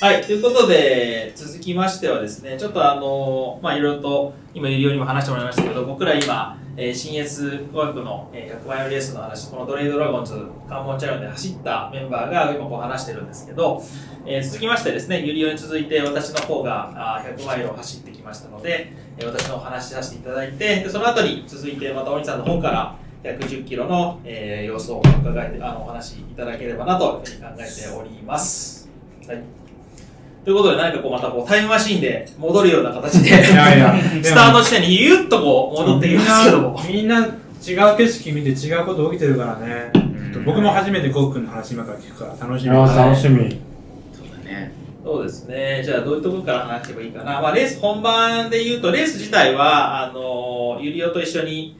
はい、ということで、続きましてはですね、ちょっとあの、まあ、いろいろと、今、ゆりおにも話してもらいましたけど、僕ら今、えー、新越ワークの、えー100万円レースの話、このドレイドラゴンズ関門チャレンジで走ったメンバーが今こう話してるんですけど、えー続きましてですね、ゆりおに続いて私の方があー100マイルを走ってきましたので、えー私のお話しさせていただいて、でその後に続いてまたお兄さんの方から、110キロの、えー様子を伺えてあのお話しいただければなというふうに考えております。はい、ということで、何かこうまたこうタイムマシーンで戻るような形で、いやいや、で もスタート地点にゆっとこう戻ってきますけども。みんな、みんな違う景色見て違うこと起きてるからね。僕も初めてコウ君の話今から聞くから楽しみ。ー楽しみ。そうだね。そうですね。じゃあ、どういうところから話せばいいかな。まあ、レース本番で言うと、レース自体は、あの、ゆりおと一緒に、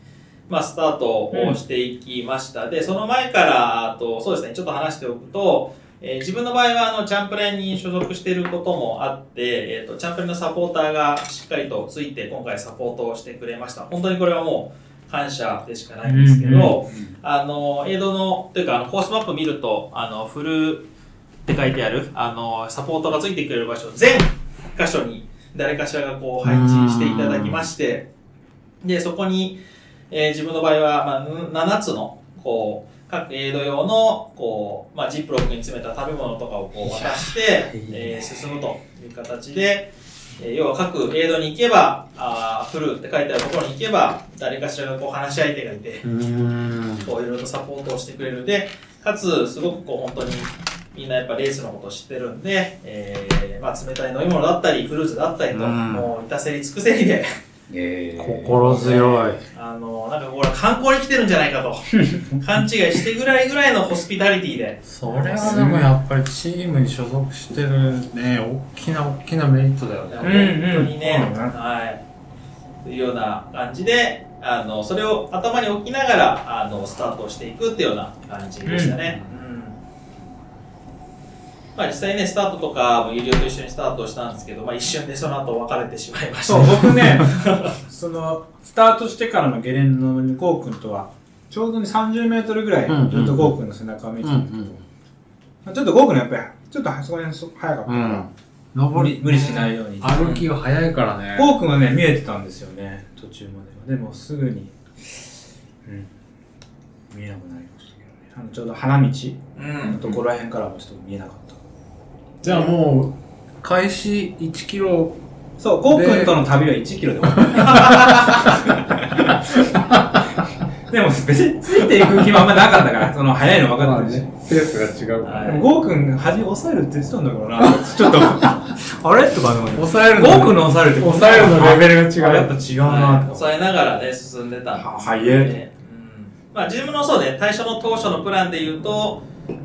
まあ、スタートをしていきました。で、その前から、あと、そうですね、ちょっと話しておくと、えー自分の場合は、あの、チャンプレンに所属していることもあって、えっ、と、チャンプレンのサポーターがしっかりとついて、今回サポートをしてくれました。本当にこれはもう、感謝でしかないんですけど、うんうんあの、江戸の、というか、あの、コースマップ見ると、あの、フルって書いてある、あの、サポートがついてくれる場所、全箇所に誰かしらがこう配置していただきまして、で、そこに、えー自分の場合は、まあ、7つの、こう、各江戸用の、こう、まあ、ジップロックに詰めた食べ物とかをこう渡して、えー進むという形で、えー要は各エイドに行けば、あーフルーって書いてあるところに行けば、誰かしらがこう話し相手がいて、こういろいろとサポートをしてくれるで、かつ、すごくこう本当にみんなやっぱレースのことを知ってるんで、えーまあ、冷たい飲み物だったり、フルーツだったりと、うんもう至せり尽くせりで、えー心強い。 あの、なんかこれ観光に来てるんじゃないかと、勘違いしてぐらいぐらいのホスピタリティで、それはでもやっぱりチームに所属してるね、大きな大きなメリットだよね。本んうん当にね、そうねはい、というような感じで、あのそれを頭に置きながらあのスタートしていくっていうような感じでしたね。うんまあ、実際ね、スタートとかも、有料と一緒にスタートしたんですけど、まあ、一瞬でその後別れてしまいました。 そう、僕ね、 その、スタートしてからのゲレンドにコウ君とは、ちょうどに30メートルぐらい、うんうんずっとゴー君の背中を見てたんだけど、ちょっとゴー君のやっぱり、ちょっとそこら辺そ早かったうから、ん。登り、無理しないように。歩きが早いからね。ゴー君はね、見えてたんですよね、途中までは。でもすぐに、うん、見えなくなりましたけどね。あのちょうど花道うのん。ところら辺からもちょっと見えなかった。じゃあもう、開始1キロ、そう、ゴー君との旅は1キロで終わった。でも別についていく気もあんまなかったから、その早いの分かってるし。ペースが違うからでもゴー君、恥抑えるって言ってたんだからな。ちょっと、あれとかでもね、抑えるゴの。ー君の抑えるって抑えるのレベルがあ違やっうぱ。違うはいなと抑えながらね、進んでたんですは早いねうんまあ、自分のそうね、最初の当初のプランで言うと、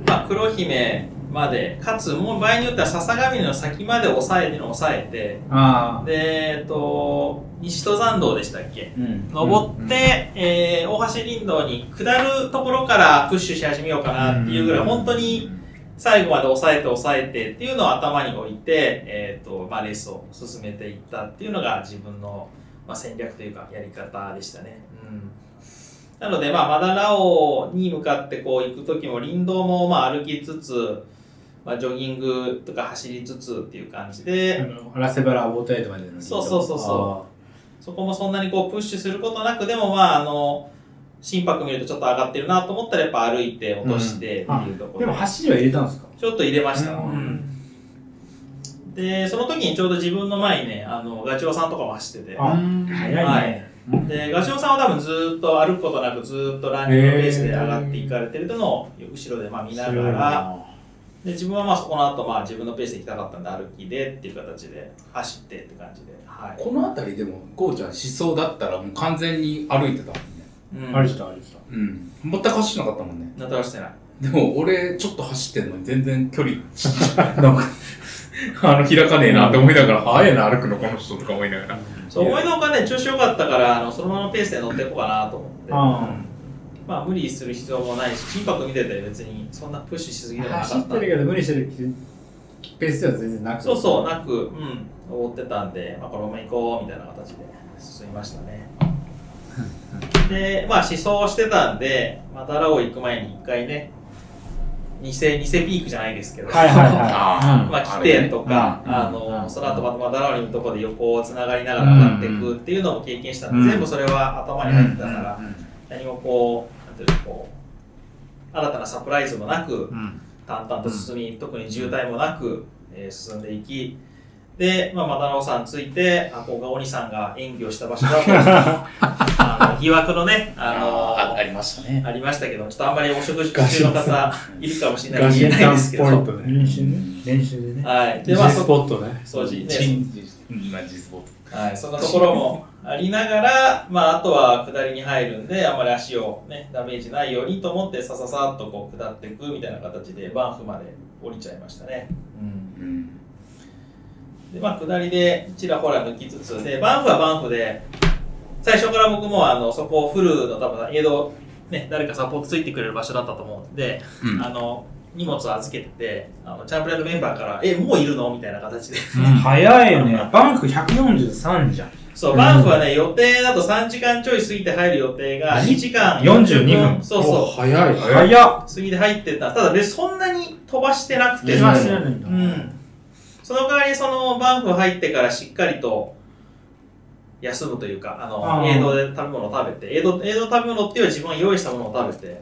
まあ、黒姫まで、かつ、もう場合によっては笹上の先まで抑えて、抑えて、ああ。で、えっと、西登山道でしたっけうん登って、うんうんえー大橋林道に下るところからプッシュし始めようかなっていうぐらい、うん本当に最後まで抑えて抑えてっていうのを頭に置いて、えっとまあ、レースを進めていったっていうのが自分の、まあ、戦略というかやり方でしたね。うんなので、まあ、マダラオに向かってこう行く時も林道もまあ歩きつつ、まあ、ジョギングとか走りつつっていう感じで、あのラセバラ・アボータイドまでのそうそうそうそそこもそんなにこうプッシュすることなく、でもまあ、あの、心拍見るとちょっと上がってるなと思ったらやっぱ歩いて落としてっていうところうでも走りは入れたんですかちょっと入れました。うで、その時にちょうど自分の前にね、あの、ガチョウさんとかも走ってて、ああ早いね。はいで、ガチョウさんは多分ずーっと歩くことなくずーっとランニングのペースで上がっていかれてるのを後ろでまあ見ながら、で、自分はまあそこの後まあ自分のペースで行きたかったんで歩きでっていう形で走ってって感じで、はい。この辺りでも、こうちゃん思想だったらもう完全に歩いてたもんね。うんあれした、あれした。うん。全く走ってなかったもんね。なったらしてない。でも俺、ちょっと走ってんのに全然距離、なん か、 あの、開かねえなって思いながら、早いな、歩くの、この人とか思いながら。そう思いのほかね、調子良かったから、あのそのままペースで乗っていこうかなと思って、あまあ無理する必要もないし、心拍見てて別にそんなプッシュしすぎでもなかった走ってるけど無理してるペースでは全然なくそうそう、なく、うん、追ってたんで、まあ、このまま行こうみたいな形で進みましたね。で、まあ、思想してたんで、またラオウ行く前に一回ね、偽、偽ピークじゃないですけど、はいはいはい。あまあ、起点とか、うんあうんうの、んその後またまたダラリのところで横をつながりながら上がっていくっていうのも経験したんで、うん全部それは頭に入ってたから、何もこう、なんていうの、こう、新たなサプライズもなく、うん。淡々と進み、特に渋滞もなく、えー進んでいき、で、まあ、マダロさんついて、あ、ここが鬼さんが演技をした場所だと、あの疑惑のね、あのあありましたね。ありましたけど、ちょっとあんまりお食事中の方いるかもしれないガんでシ言えないタでンすスけポインど。トね。練習ね。練習でね。はい。で、 G まあ、スそ、ポットね。そうじ、チね、ンジなジスボーはい、そんなところもありながら、まあ、あとは下りに入るんで、あんまり足をね、ダメージないようにと思って、さささっとこう下っていくみたいな形で、バンフまで降りちゃいましたね。うん。うん。で、まあ、下りでちらほら抜きつつ、で、バンフはバンフで、最初から僕もあのそこをフルの多分、江戸、ね、誰かサポートついてくれる場所だったと思うんで、うんあの、荷物を預けてて、あのチャンプレードメンバーから、え、もういるのみたいな形 で。早いよね。バンク143じゃん。そう、バンフはね、予定だと3時間ちょい過ぎて入る予定が、2時間42分そうそ早い。早っう、過ぎて入ってた。ただ、で、そんなに飛ばしてなくて、手間知らないんだう。ん。その代わり、そのバンフ入ってからしっかりと休むというか、ああの、ーエイドで食べ物を食べて、エイド、エイドの食べ物っていうのは自分が用意したものを食べて、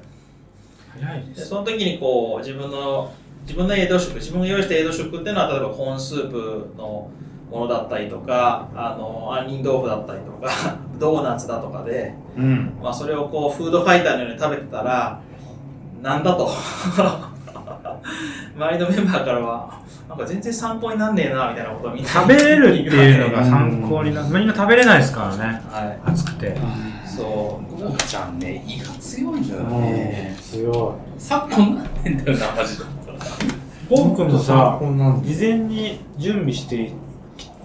早いで。ですその時にこう、自分の、自分のエイド食、自分が用意したエイド食っていうのは、例えばコーンスープのものだったりとか、あの、杏仁豆腐だったりとか、 ドーナツだとかで、うん。まあそれをこう、フードファイターのように食べてたら、なんだと。 周りのメンバーからは、なんか全然参考になんねえな、みたいなことをみんな食べれるっていうのが参参考考になみんな食べれないですからね。は暑くて。い。そゴーちゃんね、胃が強いんだよねね。強昨今なってんだよな、マジで。い。ポン君もさ、こんなん事前に準備して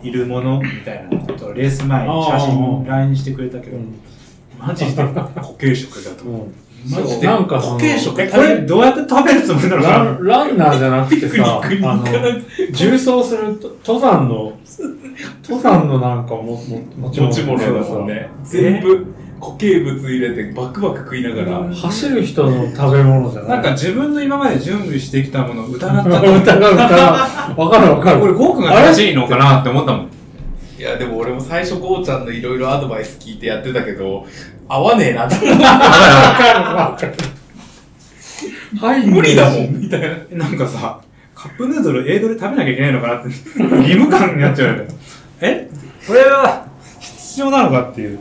いるものみたいなことをレース前に写あ真ー LINE してくれたけうど、ん。マジで固形食だと思う。マジで。そうなんかその、固形食え、これどうやって食べるつもりなのかラなンランナーじゃなくてさ、ピクニックにあ行かなの、重装すると登山の、登山のなんかも、も、も持ち物だもんね。全え部固形物入れてバクバク食いながら。うん走る人の食べ物じゃない。なんか、自分の今まで準備してきたものを疑っちゃ疑う、っ疑う。わかるわか た。る。これゴー君が正しいのかなって思ったもん。いや、でも俺も最初、ゴーちゃんのいろいろアドバイス聞いてやってたけど、合わねえなって。わかるわかる。はい、無理だもん、みたいな。なんかさ、カップヌードル英語で食べなきゃいけないのかなって、義務感になっちゃうよね。えこれは必要なのかっていう。う。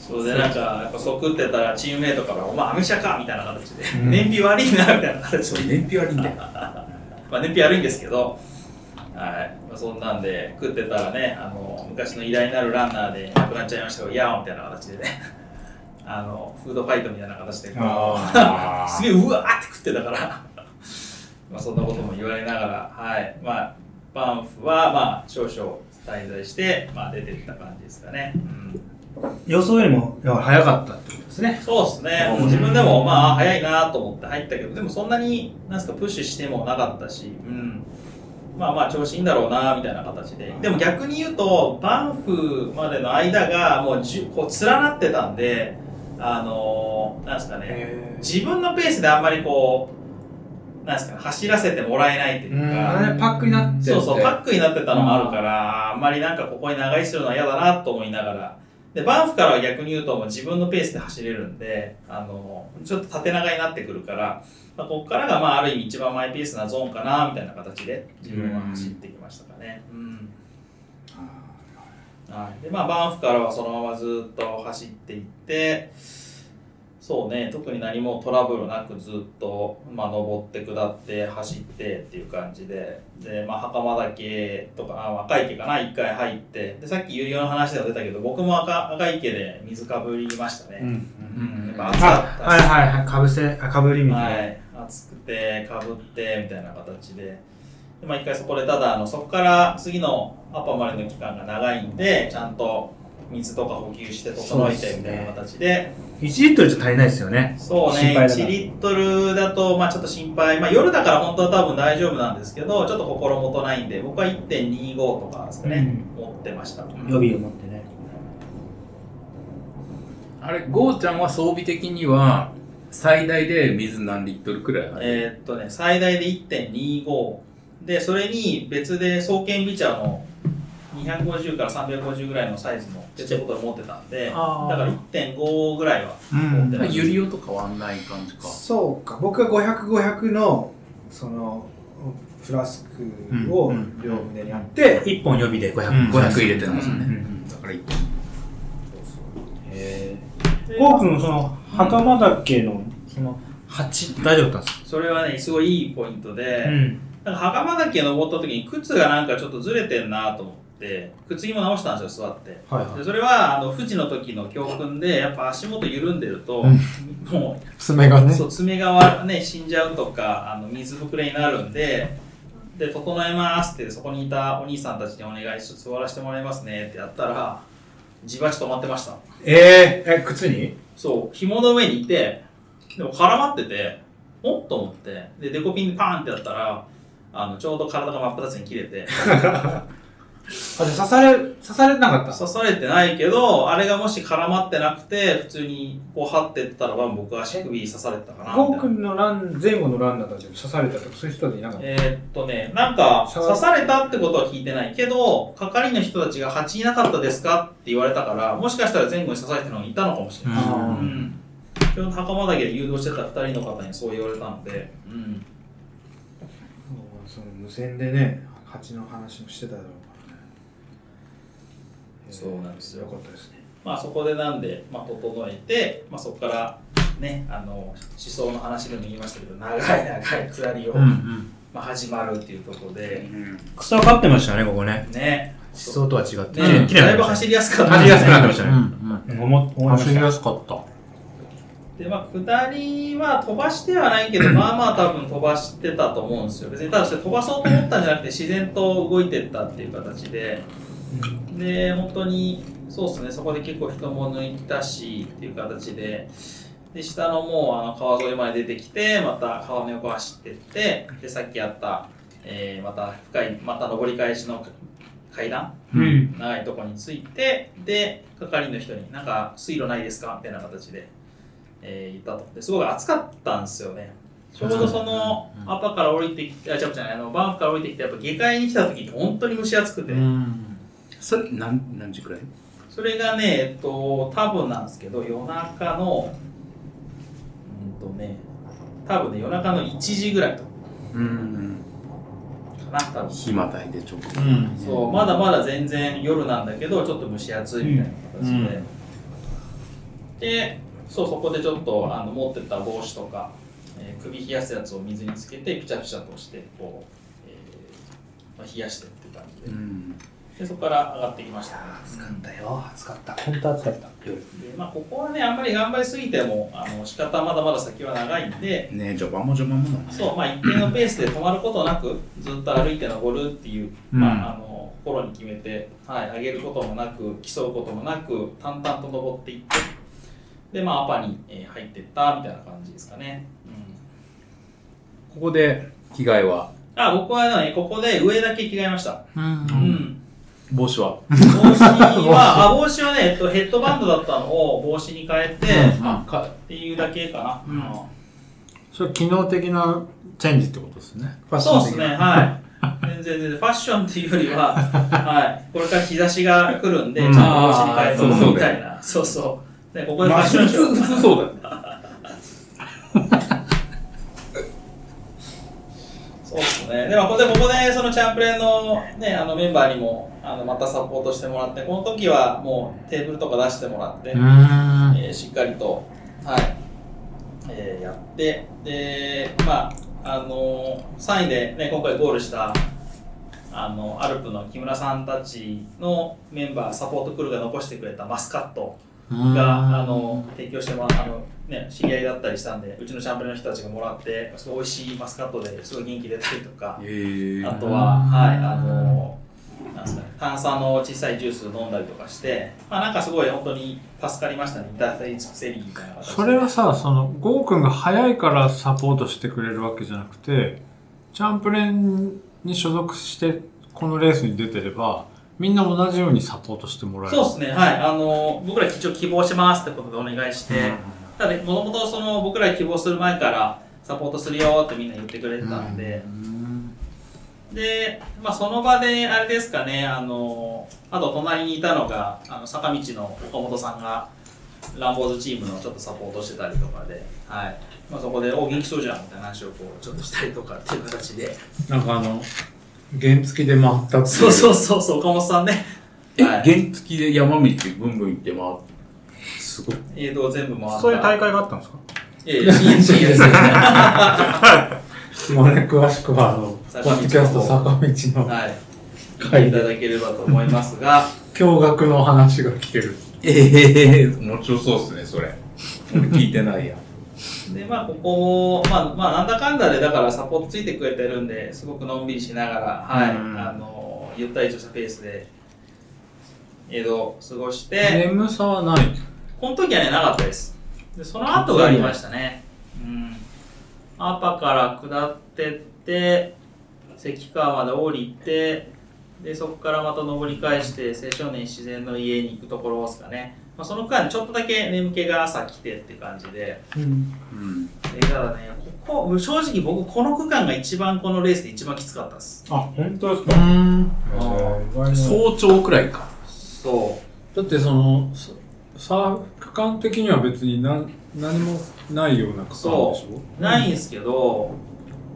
そうで、なんか、やっぱそう食ってたらチームメイトから、お前アメ車かみたいな形で、うん燃費悪いな、みたいな形で。燃費悪いんだよ。 まあ燃費悪いんですけど、はい。まあそんなんで、食ってたらね、あの、昔の偉大なるランナーで亡くなっちゃいましたけど、ヤーンみたいな形でね、 あの、フードファイトみたいな形で、あすげえうわーって食ってたから、 まあそんなことも言われながら、はい。まあ、バンフは、まあ、少々滞在して、まあ、出てきた感じですかね。うん、予想よりもやっぱ早かったってことですね。そうですね。自分でも、まあ、早いなと思って入ったけど、でもそんなに、なんすか、プッシュしてもなかったし、うん。まあまあ、調子いいんだろうなみたいな形で。でも逆に言うと、バンフまでの間が、もうじゅ、こう、連なってたんで、あのー、なんですかね、自分のペースであんまりこう、なんですかね、走らせてもらえないというあか、れパックになっててそうそう、パックになってたのもあるから、あんまりなんかここに長居するのは嫌だなと思いながら、で、バンフからは逆に言うともう自分のペースで走れるんで、あの、ちょっと縦長になってくるから、まあ、ここからがまあある意味一番マイペースなゾーンかな、みたいな形で自分は走ってきましたかね。うん。はい、でまあバンフからはそのままずっと走っていってそうね特に何もトラブルなくずっと、まあ、登って下って走ってっていう感じでで、まあ、袴岳とかあ若い池かな一回入ってでさっき有料の話でも出たけど僕も赤赤池で水かぶりましたうね、ん。うん、やっぱ暑かあっ、たはいはいはい、かぶせ、あかぶりみたいな。はい、暑くてかぶってみたいな形でで、まあ、一回そこでただあのそこから次のアパまでの期間が長いんでちゃんと水とか補給して整えそうってすねみたいな形で1リットルじゃ足りないですよね。そう心ね配だな1リットルだと、まあ、ちょっと心配、まあ、夜だから本当は多分大丈夫なんですけどちょっと心もとないんで僕は1.25とかですかね、持ってました予備を持ってね。あれ、ゴーちゃんは装備的には、最大で水何リットルくらいある、えーっとね、最大で1.25。で、それに別で双剣ビチャの250から350ぐらいのサイズのペットボトル持ってたんで、だかあーら1.5ぐらいは。うんえーゆりおとかはない感じか。そうか僕は500500のそのフラスクをうん両胸にあって、一1本予備で500、 500入れてますようね。んだから1.5。へでゴーくんのその袴だっけのその鉢大丈夫だったんですそれはね、すごいいいポイントで、んなんか袴岳登った時に靴がなんかちょっとずれてんなと思って、靴ひも直したんですよ、座って。はいでそれはあの富士の時の教訓で、やっぱ足元緩んでると、もう爪がねそう爪がわね、死んじゃうとかあの水ぶくれになるんでで整えますってそこにいたお兄さんたちにお願いして座らせてもらいますねってやったらじわち止まってましたえー、え靴にそう紐の上にいてでも絡まってておっと思ってでデコピンでパーンってやったらあのちょうど体が真っ二つに切れてあじゃあ刺され刺されなかった刺されてないけどあれがもし絡まってなくて普通にこう張ってったら僕は足首刺されてたかなみゴたーいくなんのラン前後のランナーたちに刺されたとかそういう人たちいなかった、えーっとね、なんか、刺されたってことは聞いてないけど、係の人たちが蜂いなかったですかって言われたから、もしかしたら前後に刺されてるのがいたのかもしれない。ううんん。ちょうど袴岳で誘導してた2人の方にそう言われたので、うん。もうその無線でね蜂の話もしてただろうからねそうなんですよよかったですねまあそこでなんで、まあ整えて、まあそこから、ね、あの、思想の話でも言いましたけど、長い長い下りを、んまあ始まるっていうところで、草が勝ってましたね、ここね。ね、思想とは違っね、て。綺麗だいにぶなりまし走りやすかったた。ね。走りやすくなってましたうね。ん思うん思いま走しりた。やすかったでまあ、下りは飛ばしてはないけど、まあまあ多分飛ばしてたと思うんですよ。別にただそれ飛ばそうと思ったんじゃなくて、自然と動いてったっていう形で、で、本当に、そうですね、そこで結構人も抜いたしっていう形で、で、下のもうあの川沿いまで出てきて、また川の横走ってって、で、さっきやった、えーまた深い、また登り返しの階段うん長いとこについてで係の人に「なんか水路ないですか?」みたいな形で、えー言ったとですごい暑かったんですよねちょうどそのアパから降りてきてあ違う違うあのバンフから降りてきてやっぱ下界に来た時って本当に蒸し暑くて、んそれ、何、何時くらいそれがねえっと多分なんですけど夜中のうんとね多分ね夜中の1時ぐらいとかうん。な多分日またいでちょっと。うんそうまだまだ全然夜なんだけどちょっと蒸し暑いみたいな形で、うんうんでそうそこでちょっとあの持ってった帽子とか、えー首冷やすやつを水につけてピチャピチャとしてこう、えーまあ、冷やしてって感じでうん。でそこから上がってきましたね、だよ暑かった本当暑かったでまあ、ここはねあんまり頑張りすぎてもあの仕方まだまだ先は長いんで、ね序盤も序盤もだもんね。そう、まあ、一定のペースで止まることなく、ずっと歩いて登るっていう、うんまあ、あの、心に決めて、はい、上げることもなく、競うこともなく、淡々と登っていって、で、まあ、アパにえー入ってった、みたいな感じですかね。うんここで、着替えは、あ、僕はね、ここで上だけ着替えました。うんうん。帽子は。帽子は、あ、帽子はね、えっと、ヘッドバンドだったのを帽子に変えて、うんあかっていうだけかな。うんそれ機能的なチェンジってことですねファッシそョンうで的すなね、はい。全然全然、ファッションっていうよりは、はい、これから日差しが来るんで、ちゃうんんと帽子に変えとあーそうそうくみたいな。そうそう。ね、ここでファッションショー。普通そうだよね。そうですね。でも、ここで、ここで、そのチャンプレーの、ね、あのメンバーにも、あの、またサポートしてもらって、この時はもうテーブルとか出してもらって、んえーしっかりと、はい、えーやって、で、まあ、あのー、3位でね、今回ゴールした、あの、アルプの木村さんたちのメンバー、サポートクルーが残してくれたマスカットが、あの、提供してもらった、あの、ね、知り合いだったりしたんで、うちのチャンプレの人たちがもらって、すごい美味しいマスカットですごい元気出たりとか、へあえ。とは、はい、あの、なんですかね、炭酸の小さいジュース飲んだりとかして、まあなんかすごい本当に助かりましたね、いただいたセリーみたいな形でそれはさそのゴーくんが早いからサポートしてくれるわけじゃなくてチャンプレーに所属してこのレースに出てればみんな同じようにサポートしてもらえるそうですね、はい、あの、僕ら一応希望しますってことでお願いして、ただ、もともとその僕ら希望する前からサポートするよってみんな言ってくれてたんで、で、まあ、その場で、あれですかね、あの、あと隣にいたのが、あの坂道の岡本さんが、ランボーズチームのちょっとサポートしてたりとかで、はい。まあ、そこで、お、元気そうじゃんみたいな話をこう、ちょっとしたりとかっていう形で。なんかあの、原付で回ったっていそうそうそう、そう岡本さんね。え、は原い。付きで山道ブンブン行って回って。すごい。映像全部回った。そういう大会があったんですかいやいや、深夜、深夜ですよ。う。もうね、詳しくは、あの、ポッドキャスト坂道のはい。回いただければと思いますが、驚愕の話が聞ける。ええー、面白そうっすね、それ。俺聞いてないや。で、まあ、ここも、まあ、まあ、なんだかんだで、だからサポートついてくれてるんで、すごくのんびりしながら、はい、うんあの、ゆったりとしたペースで、江戸を過ごして、眠さはない。この時はね、なかったです。で、その後がありましたね。うん。アパから下ってって、関川まで降りて、で、そこからまた登り返して、青少年自然の家に行くところですかね。まあ、その間、ちょっとだけ眠気が朝来てって感じで、うん。えただね、ここ正直僕、この区間が一番このレースで一番きつかったです。あ、本当ですうか、ん。そう。早朝くらいか。そだってその、そさ区間的には別にな何もないような区間でしょう、ないんですけど、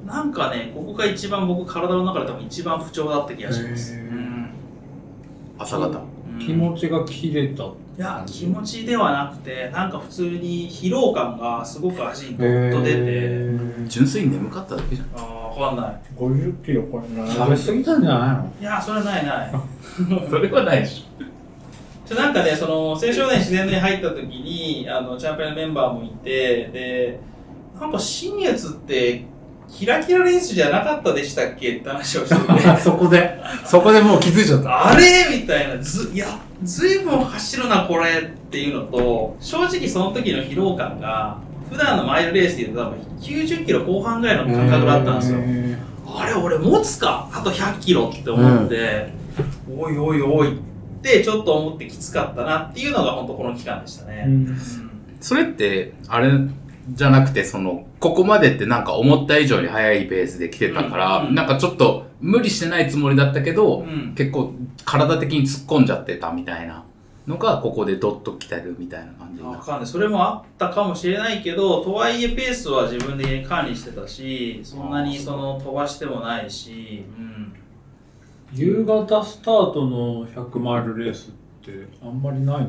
なんかね、ここが一番僕、体の中で多分一番不調だった気がします。へうーん朝方。うん気持ちが切れた。いや、気持ちではなくて、なんか普通に疲労感がすごく足にえドッと出て、純粋に眠かっただけじゃん。あーわかんない。 50キロ超えな食べ過ぎたんじゃないのいや、それはないない。それはないでしちょなんかね、その青少年自然に入った時にあのチャンピオンのメンバーもいてでなんか新越ってキラキラレースじゃなかったでしたっけって話をしてて そこで、そこでもう気づいちゃっ。あれみたいなずいやずいぶん走るなこれっていうのと正直その時の疲労感が普段のマイルレースでいうと多分90キロ後半ぐらいの感覚だったんですよ。あれ俺持つかあと100キロって思って、おいおいおいってちょっと思ってきつかったなっていうのが本当この期間でしたね、うんょ。それって、あれじゃなくて、その、ここまでってなんか思った以上に速いペースで来てたから、うんなんかちょっと無理してないつもりだったけど、うん結構体的に突っ込んじゃってたみたいなのが、ここでドッと来てるみたいな感じになわる。かんないそれもあったかもしれないけどとはいえペースは自分で管理してたしそんなにその飛ばしてもないし、うん、夕方スタートの100マイルレースってあんまりないのか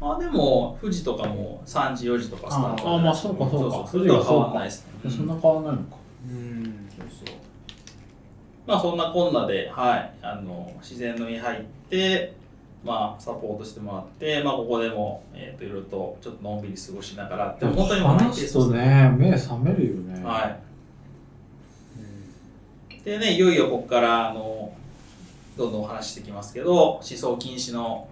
まあでも富士とかも3時4時とかスタートああまあそうかそうかそうそれとは変わらないですねなそんうんな変わんないのか。うん。そうそうまあそんなこんなで、はい、あの自然のに入って、まあ、サポートしてもらって、まあ、ここでも、えー、といろいろとちょっとのんびり過ごしながらって、本当にもう話すとね、目覚めるよね。は。い。でね、いよいよここからあのどんどんお話ししてきますけど、思想禁止の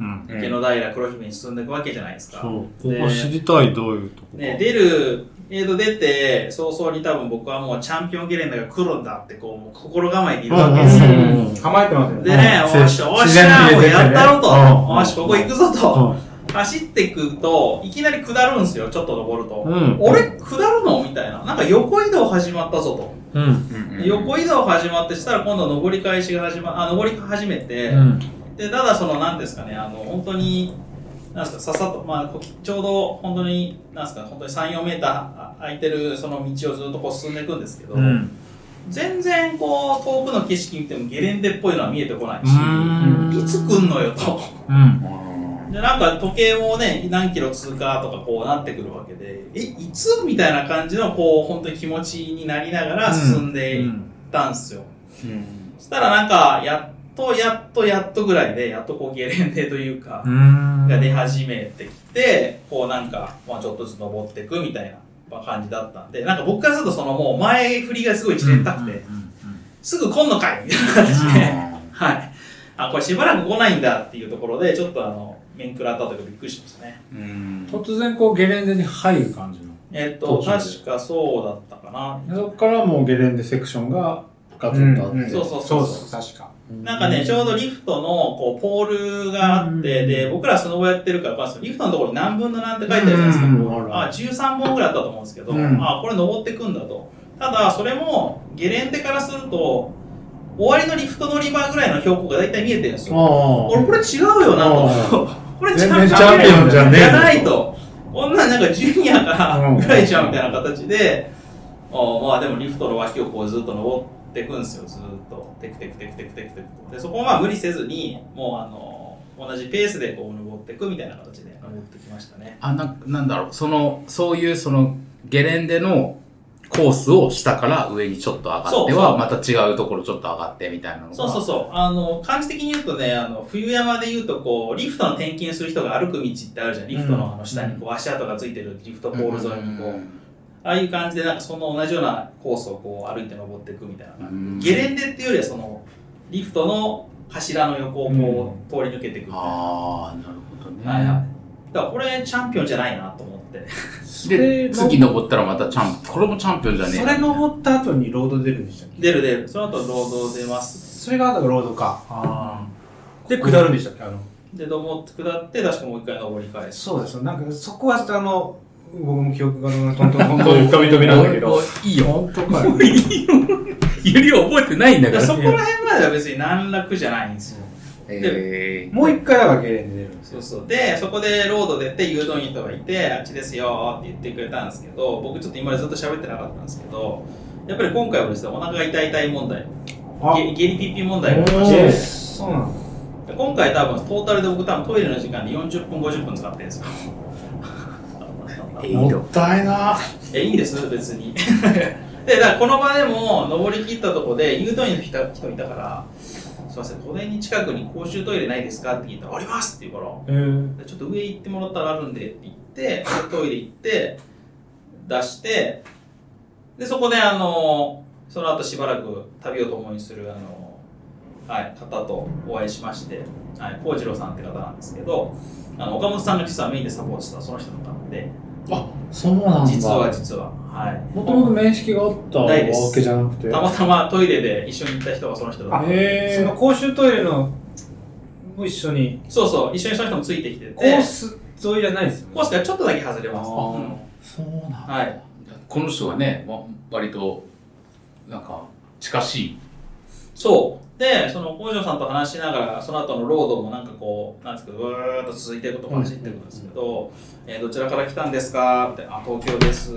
うん。池の平黒姫に進んでいくわけじゃないですか。そう。ここ知りたい、どういうとこか。ね、出る、えーと出て、早々に多分僕はもうチャンピオンゲレンダが来るんだって、こう、もう心構えているわけですよ。うんうんうん構えてますよね。でね、うんおっしゃ、おっし自然ゃ、にもう出てねやったろと、うんおっし、ここ行くぞと、う走っていくと、いきなり下るんですよ、ちょっと登ると。うん俺、下るのみたいな。なんか横移動始まったぞと。ん。うん。横移動始まってしたら今度登り返しが始まあ登り始めて、うん。でただその何ですかねあの本当になんですかさっさと、まあ、こうちょうど本当になんですか本当に34メーターあ空いてるその道をずっとこう進んでいくんですけど、うん。全然こう遠くの景色見てもゲレンデっぽいのは見えてこないし、うんいつ来んのよ と。うん。でなんか時計もね何キロ通過とかこうなってくるわけでえいつみたいな感じのこう本当に気持ちになりながら進んでいったんですよ、そしたらなんかやっとやっとやっとぐらいでやっとこうゲレンデというかう、ん。が出始めてきてこうなんか、まあ、ちょっとずつ登っていくみたいなまあ感じだったんでなんか僕からするとそのもう前振りがすごい自然たくて、すぐ来んのかいみたいな感じで、はい。あ、これしばらく来ないんだっていうところで、ちょっとあの、面食らったというかびっくりしましたね。うん突然こうゲレンデに入る感じの。えっと、途中で確かそうだったかな。そこからもうゲレンデセクションがガツンとあって、うんうんそうそうそそううそう、確か。なんかね、ちょうどリフトのこうポールがあって、で、僕らスノボやってるから、まあそのリフトのところに何分の何って書いてあるじゃないですか。うんこうあ13本ぐらいあったと思うんですけど、うんあこれ登ってくんだと。ただ、それもゲレンデからすると、終わりのリフト乗り場ぐらいの標高が大体見えてるんですよ。あ俺、これ違うよなと。 これ違う全然チャンピオンじゃねえじぞゃないと。女なんかジュニアがうんぐらいじゃんみたいな形で、あまあでもリフトの脇をこうずっと登っていくんですよ、ずっと。テクテクテクテクテクテクと。で、そこをまあ無理せずに、もうあの、同じペースでこう登っていくみたいな形で登ってきましたね。あななんだろうそのそういうそのゲレンデのコースを下から上にちょっと上がそっうてそうはまた違うところちょっと上がってみたいなのがそうそうそう。あの、感じ的に言うとね、あの、冬山で言うと、こう、リフトの転勤する人が歩く道ってあるじゃん。リフトのあの下にこう足跡がついてるリフトポール沿いにこう、ああいう感じで、なんかその同じようなコースをこう歩いて登っていくみたいなうん感じ。ゲレンデっていうよりはその、リフトの柱の横をこう通り抜けていくみたいな。ああなるほどね、はいはい。だからこれチャンピオンじゃないなと思って。で次登ったらまたチャンこれもチャンピオンじゃねえそなれ登った後にロード出るんでしたっけ出る出る。その後ロード出ます。それがだからロードかで下るんでしたっけあので、どうも下って、確かもう一回登り返す。そうですよなんかそこはあの僕も記憶がトントントントン飛び飛びなんだけどおおいいよ本当かよ。いゆり覚えてないんだだかかららそこら辺までは別に難楽じゃないんですよ。えーもう一回だからゲレンデ出るんですそうそう。で、そこでロード出て誘導員人がいて、あっちですよって言ってくれたんですけど、僕ちょっと今までずっと喋ってなかったんですけど、やっぱり今回はですね、お腹が痛い痛い問題、ゲゲリピッピ問題がありまして、そうなの今回多分トータルで僕多分トイレの時間で40分50分使ってるんですよ。えいいよったいなえ、いいんです別に。 で、だからこの場でも登り切ったとこで誘導員の人人いたから、すいません、この辺に近くに公衆トイレないですかって聞いたら、ありますって言うから、えーでちょっと上行ってもらったらあるんでって言って、トイレ行って、出して、で、そこであの、その後しばらく旅を共にするあの、はい、方とお会いしまして、はい、幸次郎さんって方なんですけど、あの、岡本さんが実はメインでサポートしたその人だったので、そうなんだ実は実は、はい。もともと面識があったわないですけじゃなくてたまたまトイレで一緒に行った人がその人だった。えその公衆トイレのも一緒にそうそう、一緒にその人もついてきてて、コース沿いじゃないですよねコースがちょっとだけ外れます。あうーんそうなんだはい。この人はねわ割となんか近しいそう。で、その、工場さんと話しながら、その後のロードもなんかこう、なんですか、うーっと続いていくとこ走っていくんですけど、えーどちらから来たんですかって、あ、東京です。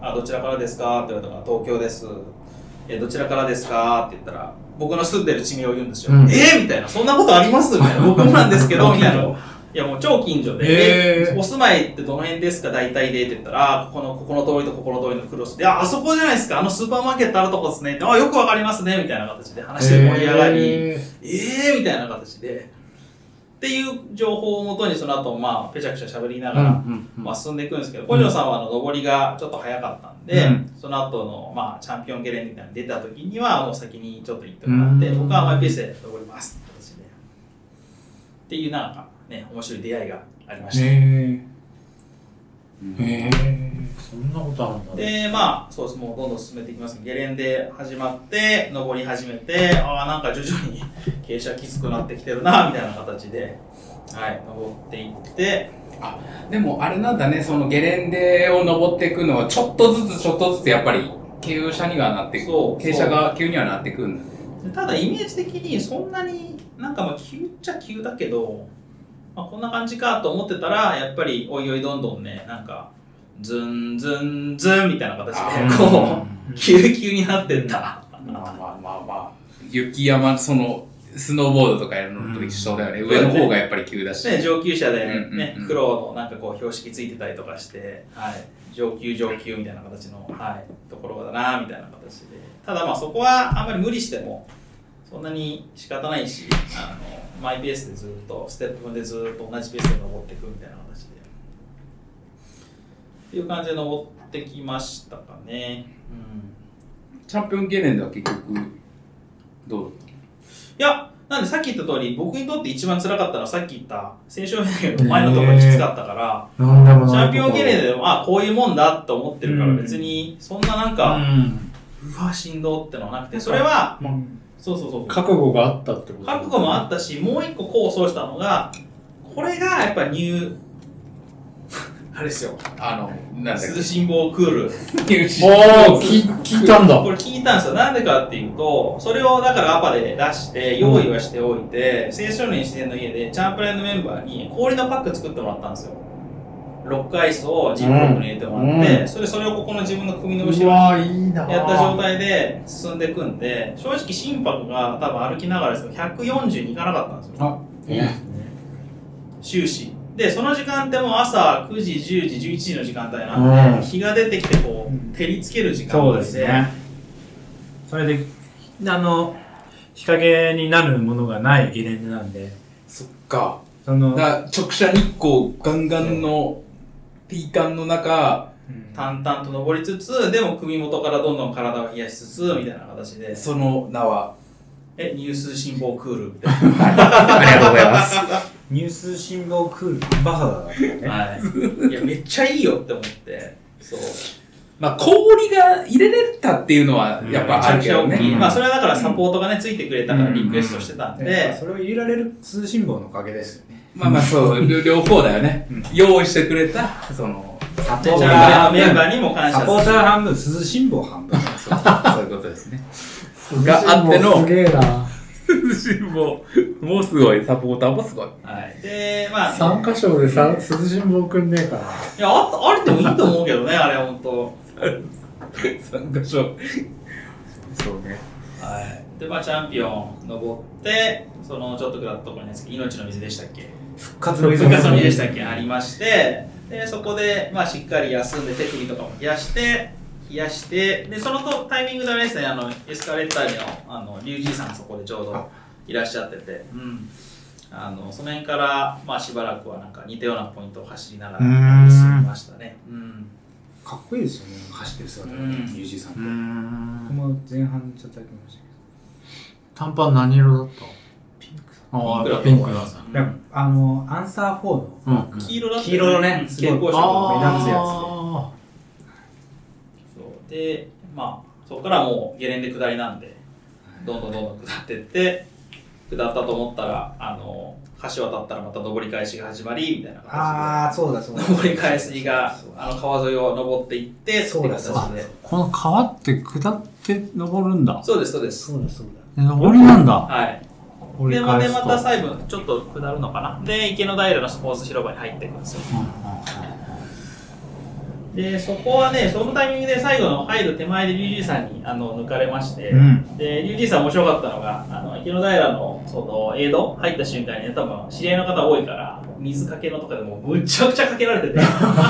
あ、どちらからですかって言われたから、東京です。えーどちらからですかって言ったら、僕の住んでる地名を言うんですよ。うんえーみたいな、そんなことありますみたいな、僕もなんですけど、みたいな。いや、もう超近所で、へーえお住まいってどの辺ですか大体でって言ったら、あここの、ここの通りとここの通りのクロスで、あ、あそこじゃないですかあのスーパーマーケットあるとこですね。あ、よくわかりますねみたいな形で話で盛り上がり、ええー、みたいな形で。っていう情報をもとにその後、まあ、ぺちゃくちゃ喋りながら、まあ、進んでいくんですけど、小城さんはあの上りがちょっと早かったんで、うんその後の、まあ、チャンピオンゲレンデみたいに出た時には、もう先にちょっと行ってもらって、うん僕はマイペースで登りますって形で。っていうなんかね、面白い出会いがありました。えうんえそんなことあるんだで、まあ、そうです。もうどんどん進めていきます。ゲレンデ始まって、登り始めて、ああ、なんか徐々に傾斜きつくなってきてるな、みたいな形で、はい、登っていって、でもあれなんだね、そのゲレンデを登っていくのは、ちょっとずつちょっとずつやっぱり、傾斜にはなってくそう傾斜が急にはなってくるんだね。でただイメージ的にそんなになんかまあ急っちゃ急だけど、まあ、こんな感じかと思ってたらやっぱりおいおいどんどんねなんかズンズンズンみたいな形でこう急急になってったまあまあまあまあ、雪山、その、スノーボードとかやるのと一緒だよね。上の方がやっぱり急だし。ね、上級者で、うんねうんうん黒のなんかこう標識ついてたりとかして、はい、上級上級みたいな形の、はい、ところだなみたいな形でただまあそこはあんまり無理してもそんなに仕方ないしあのマイペースでずっとステップ踏んでずっと同じペースで登っていくみたいな形でっていう感じで登ってきましたかね、うん、チャンピオンゲレンデは結局、どういや、なんでさっき言った通り、僕にとって一番辛かったのはさっき言った青少年の前のところがきつかったから、チャンピオンゲレンデでも、あ、こういうもんだと思ってるから、別に、そんななんか、うわ、しんどってのはなくて、それは、まあそうそうそう。覚悟があったってこと覚悟もあったし、もう一個構想したのが、これがやっぱニュー、 あれですよ、あの、なんだっ通信棒クール。け、入お試ー、き聞いたんだ。これ聞いたんですよ。なんでかっていうと、それをだからアパで出して、用意はしておいて、青少年自然の家でチャンプレーンのメンバーに氷のパック作ってもらったんですよ。ロックアイスをジップロックに入れてもらって、うんそれそれをここの自分の首の後ろにうわー、いいなーやった状態で進んでいくんで、正直心拍が多分歩きながらですけど、140にいかなかったんですよ。終始。で、その時間ってもう朝9時、10時、11時の時間帯なんで、うん日が出てきてこうんう、照りつける時間帯そうですね。それで、あの、日陰になるものがないゲレンデなんで、そっか。そのだ、から直射日光ガンガンのピーカンの中、うん淡々と登りつつ、でも首元からどんどん体を冷やしつつ、みたいな形で、その名は、え、ニュース辛抱クールみたありがとうございます。ニュース辛抱クール、バハだからね。いな。はい。いや、めっちゃいいよって思って、そう。まあ氷が入れれたっていうのはやっめぱちあゃるくけちゃど大きい。ね。まあ、それはだからサポートがね、ついてくれたからリクエストしてたんやっでぱ、それを入れられる通信棒のおかげですよね。まあまあそう、両両方だよねうん。用意してくれた、その、サポでーじタゃあーメンバーにも感謝サポーター半分、涼しんぼ半分。そうそういうことですね。があってのすげえな。もう、もうすごい、サポーターもすごい。はい。で、まあ、三箇所でさ、涼しんぼくんねえから。いや、あったあれでもいいと思うけどね、あれ、ほんと。参加賞。そうね。はい。で、まあ、チャンピオン登って、その、ちょっと下ったところにあるんですけど、命の水でしたっけ復活の部泉活の水でしたっけありまして、で、そこで、まあ、しっかり休んで、手首とかも冷やして、冷やして、で、そのとタイミングであれですね、あの、エスカレーターの、あの、リュウジーさんそこでちょうどいらっしゃってて、うん。あの、その辺から、まあ、しばらくはなんか似たようなポイントを走りながら、うーん進みましたね。うん。かっこいいですよね、走ってる姿が、うんユージさんって。僕ん。も前半ちょっとだけ見ましたけど。短パン何色だったピンクさああ、ピピンンククだだ。うんなんかあの、アンサー4の、うん。黄色だった黄色のねうんすごい蛍光色のあー目立つやつそうでまあそこからもうゲレンデ下りなんでどんどんどんどん下ってって下ったと思ったらあの橋渡ったらまた登り返しが始まりみたいな形あー、そうだそうだ。で登り返しがそうあの川沿いを登っていってそうだそうだっていう形でこの川って下って登るんだ。そうですそうですそうだそうで登りなんだ。はい折でりまあ返ですまと。た最後ちょっと下るのかなで池の平のスポーツ広場に入っていくんですようんうんでそこはねそのタイミングで最後の入る手前でリュウジーさんにあの抜かれまして、うんでリュウジーさん面白かったのがあの池の平のそのエイド入った瞬間に、ね、多分知り合いの方多いから水かけのとかでもうむちゃくちゃかけられてて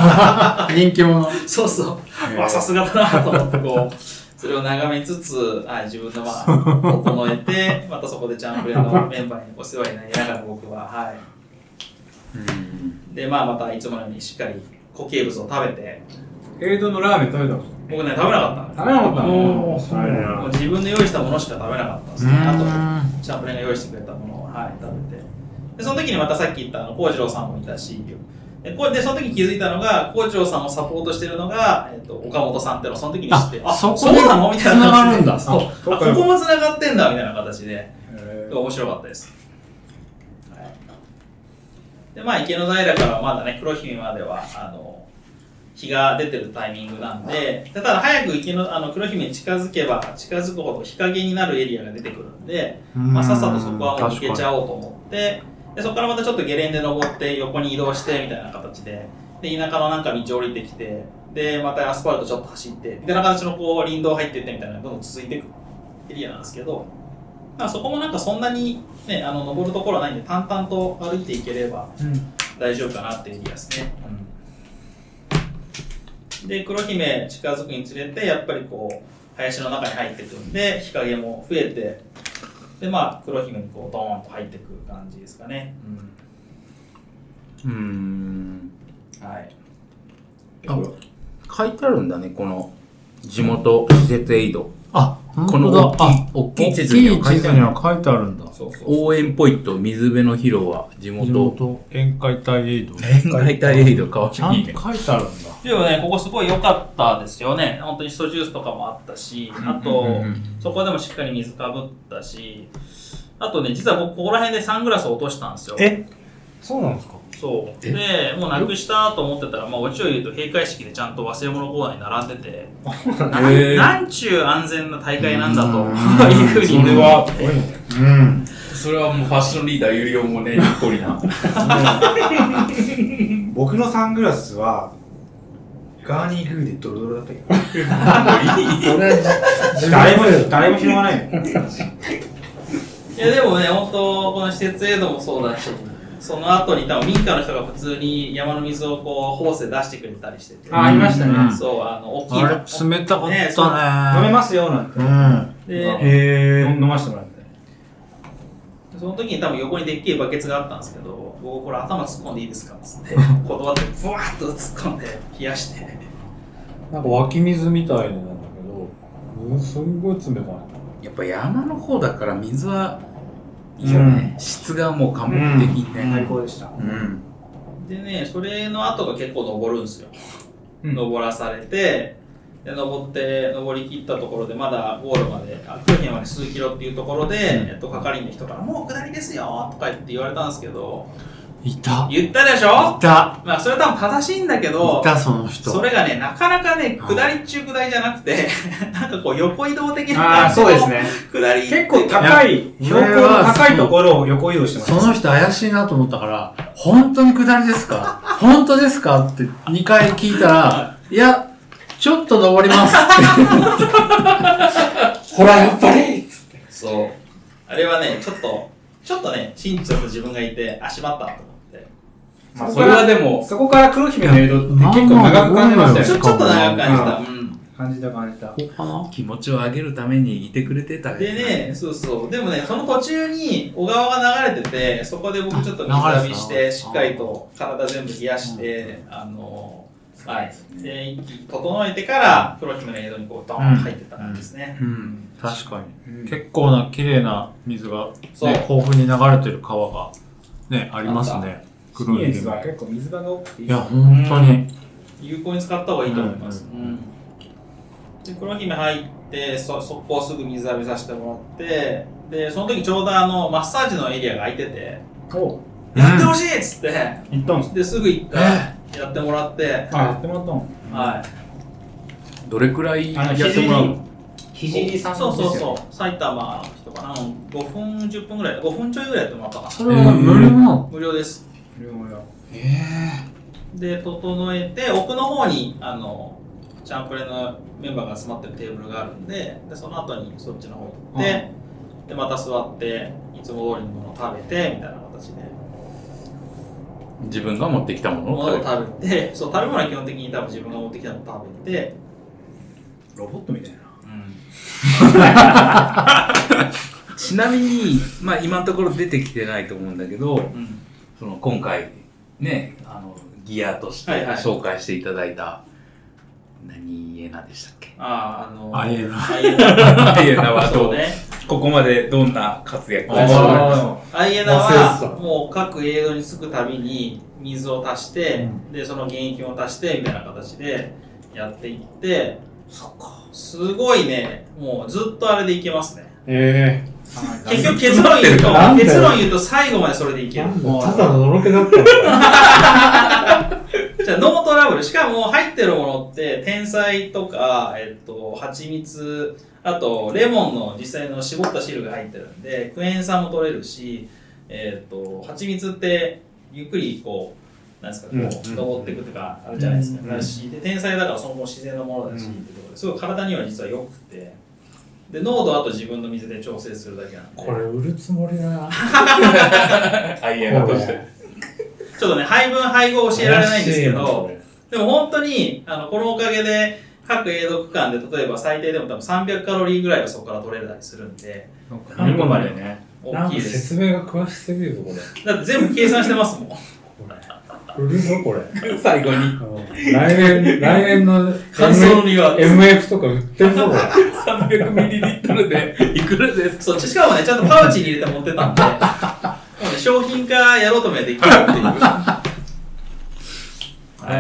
人気者。そうそう、まあ、さすがだなと思って こうそれを眺めつつあ自分のまあ 整えてまたそこでチャンプレーのメンバーにお世話になりながら僕ははい。でまあまたいつものようにしっかり固形物を食べてだ。エイドのラーメン食べたの僕ね食べなかったの食べなかったのおーそうなんだもう自分で用意したものしか食べなかったんですね。ああと、チャンプレーが用意してくれたものを、はい、食べて。で、その時にまたさっき言った、あの、幸次郎さんもいたし、で、こうでその時気づいたのが、幸次郎さんをサポートしてるのが、えっ、と、岡本さんっていうのをその時に知って、あそこうなのみたいな感繋がじるんで。だそう。あ、そうこかこも繋がってんだ、みたいな形で、え面白かったです。はいで、まあ、池の平からまだね、黒姫までは、あの、日が出てるタイミングなんで、でただ早く池のあの黒姫に近づけば近づくほど日陰になるエリアが出てくるんで、と、まあ、さっさとそこはもう抜けちうゃおうと思って、でそこからまたちょっとゲレンデ登って横に移動してみたいな形で、で田舎のなんか道降りてきて、で、またアスファルトちょっと走って、みたいな形のこう林道入ってってみたいなのがどんどん続いていくエリアなんですけど、まあ、そこもなんかそんなにね、あの登るところはないんで淡々と歩いていければ大丈夫かなっていうエリアですね。で、黒姫近づくにつれて、やっぱりこう、林の中に入ってくんで、日陰も増えて、で、まあ、黒姫にこう、ドーンと入ってくる感じですかね。うーん。はい。あ書いてあるんだね、この地元施設エイド。あ、ここのだ大きいあ、大き大いき地い図に地は書いて図あにるは書いてあるんだ。そうそうそう。応援ポイント水辺の広は地地元元宴会隊エイド。宴会隊エイド川ちゃんと崎書いねてあるんだ。でもね、ここすごい良かったですよね。本当にシソジュースとかもあったし、あと、そこでもしっかり水かぶったし、あとね、実は僕、ここら辺でサングラスを落としたんですよ。えそうなんですかそう。で、もうなくしたと思ってたら、まあ、オチを言うと閉会式でちゃんと忘れ物コーナーに並んでて、なへーんなんちゅう安全な大会なんだと、いうふうに。それはうん。それはもうファッションリーダー有料もね、にっこりな。僕のサングラスは、ガーニーグーでドロドロだったけど。誰も、誰も拾わないの。いや、でもね、本当この施設エイドもそうだし、その後に多分民家の人が普通に山の水をこう、ホースで出してくれたりしてて。あ、いましたうんね。そう、あの、大きいあのれ、冷たかっねそうた飲めね。ますよ、なんて。うでん。へ飲え。ませてもらって。その時に多分横にでっけえバケツがあったんですけど、僕これ頭突っ込んでいいですかっつって、断って、ふわっと突っ込んで、冷やして。なんか湧き水みたいのなんだけど、うん、すんごい冷たい。 やっぱ山の方だから水はいいよね、質がもう完璧最ね高でした。うん、でね、それの後が結構登るんですよ。うん登らされて、で、登って、登り切ったところで、まだゴールまで、あ、クーヘンまで数キロっていうところで、えっと、係員の人から、もう下りですよとか言って言われたんですけど、いた。い言ったでしょた。まあ、それは多分正しいんだけどい、た、その人。それがね、なかなかね、下り中下りじゃなくて、 なんかこう横移動的なああ、そうですね。下り。結構高い、いや標高の高いところを横移動してましそた。の人怪しいなと思ったから、本当に下りですか 本当ですかって2回聞いたら、いや、ちょっと登りますって言って。ほら、やっぱりそう。あれはね、ちょっと、ちょっとね、真実の自分がいて、あ、しまったと思って。まあそれはでも、そこから黒姫の江戸って結構長く感じましたちよょね。ちょっと長く感じた。うん。感じた感じた。気持ちを上げるためにいてくれてたでね、そうそう。でもね、その途中に小川が流れてて、そこで僕ちょっと水あ浴流びれてたして、しっかりと体全部冷やして、あの、はい。で、息整えてから、黒姫の江戸にこう、ドーンと入ってった感じですね。うん確かに。うん結構な綺麗な水が、ね、そう豊富に流れてる川が、ね、ありますね。シニエンスいは結構水場が多くていいや、本当に。有効に使った方がいいと思います。うで黒姫入ってそ速攻すぐ水浴びさせてもらってでその時ちょうどあのマッサージのエリアが空いててお「やってほしい!」っつって行ったんですですぐ行ったらやってもらって、あ、やってもらったのはどれくらいあのやってもらうのい、ひじりさんですそようそうそう埼玉の人かな5分10分ぐらい5分ちょいぐらいやってもらったかなそれは無料なの無料ですうようよで整えて奥の方にあのチャンプレのメンバーが集まってるテーブルがあるんででその後にそっちの方行って、でまた座っていつも通りのものを食べてみたいな形で自分が持ってきたものもを食べるのを食べてそう食べ物は基本的に多分自分が持ってきたのを食べて、ロボットみたいな。 ちなみに、まあ、今のところ出てきてないと思うんだけどうんその今回ねあのギアとしてはいはい紹介していただいた、何エナでしたっけあああのああいうのああ いうエナのはそうどうねここまでどんな活躍をあしてーあアイエナ忘れはてたもう各映像につくたびに水を足して、でその原液を足してみたいな形でやっていってすごいねもうずっとあれでいけますねえ結局結論言うとなんだよ結論言うと最後までそれでいけるもうただののろけだった じゃあノートラブルしかも入ってるものって天才とかえっと蜂蜜あとレモンの実際の絞った汁が入ってるんでクエン酸も取れるしえっと蜂蜜ってゆっくりこうなんですかこうんうんう登っていくとかあるじゃないですか、うんうんだしで天才だからその後自然なものだし、うっんてところですごい体には実は良くてで濃度あと自分の水で調整するだけなんでこれ売るつもりだな。アイエナとしてちょっとね配分配合教えられないんですけどでも本当に、あの、このおかげで、各永続区間で、例えば最低でも多分300カロリーぐらいはそこから取れたりするんで、あ。飲み込までね。大きいです。明が詳しすぎるぞ、こだって全部計算してますもん。れ。売るぞ、これ。最後に来年、来年の感想には。 MF とか売ってんぞ、これ。 300ml で いくらですそう、しかもね、ちゃんとパウチに入れて持って たんで、もうね商品化やろうともやできるっていう。は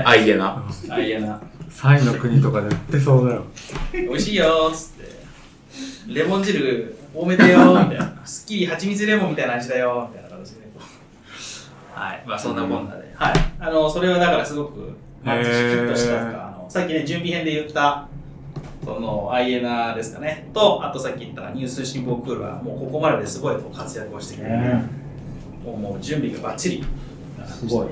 アイデアな。い。あ、いやな。サイの国とかで売ってそうだよ。美味しいよーっつって。レモン汁多めだよー みたいな。すっきり蜂蜜レモンみたいな味だよーみたいな形で。はい。まあそんなもんだね。はい。あの、それはだからすごくマッチしフィットしたとか、あのさっきね、準備編で言った、その、アイエナですかね。と、あとさっき言ったニュース新聞クールは、もうここまでですごいこう活躍をしてくれる。もうもう準備がバッチリ。すごい。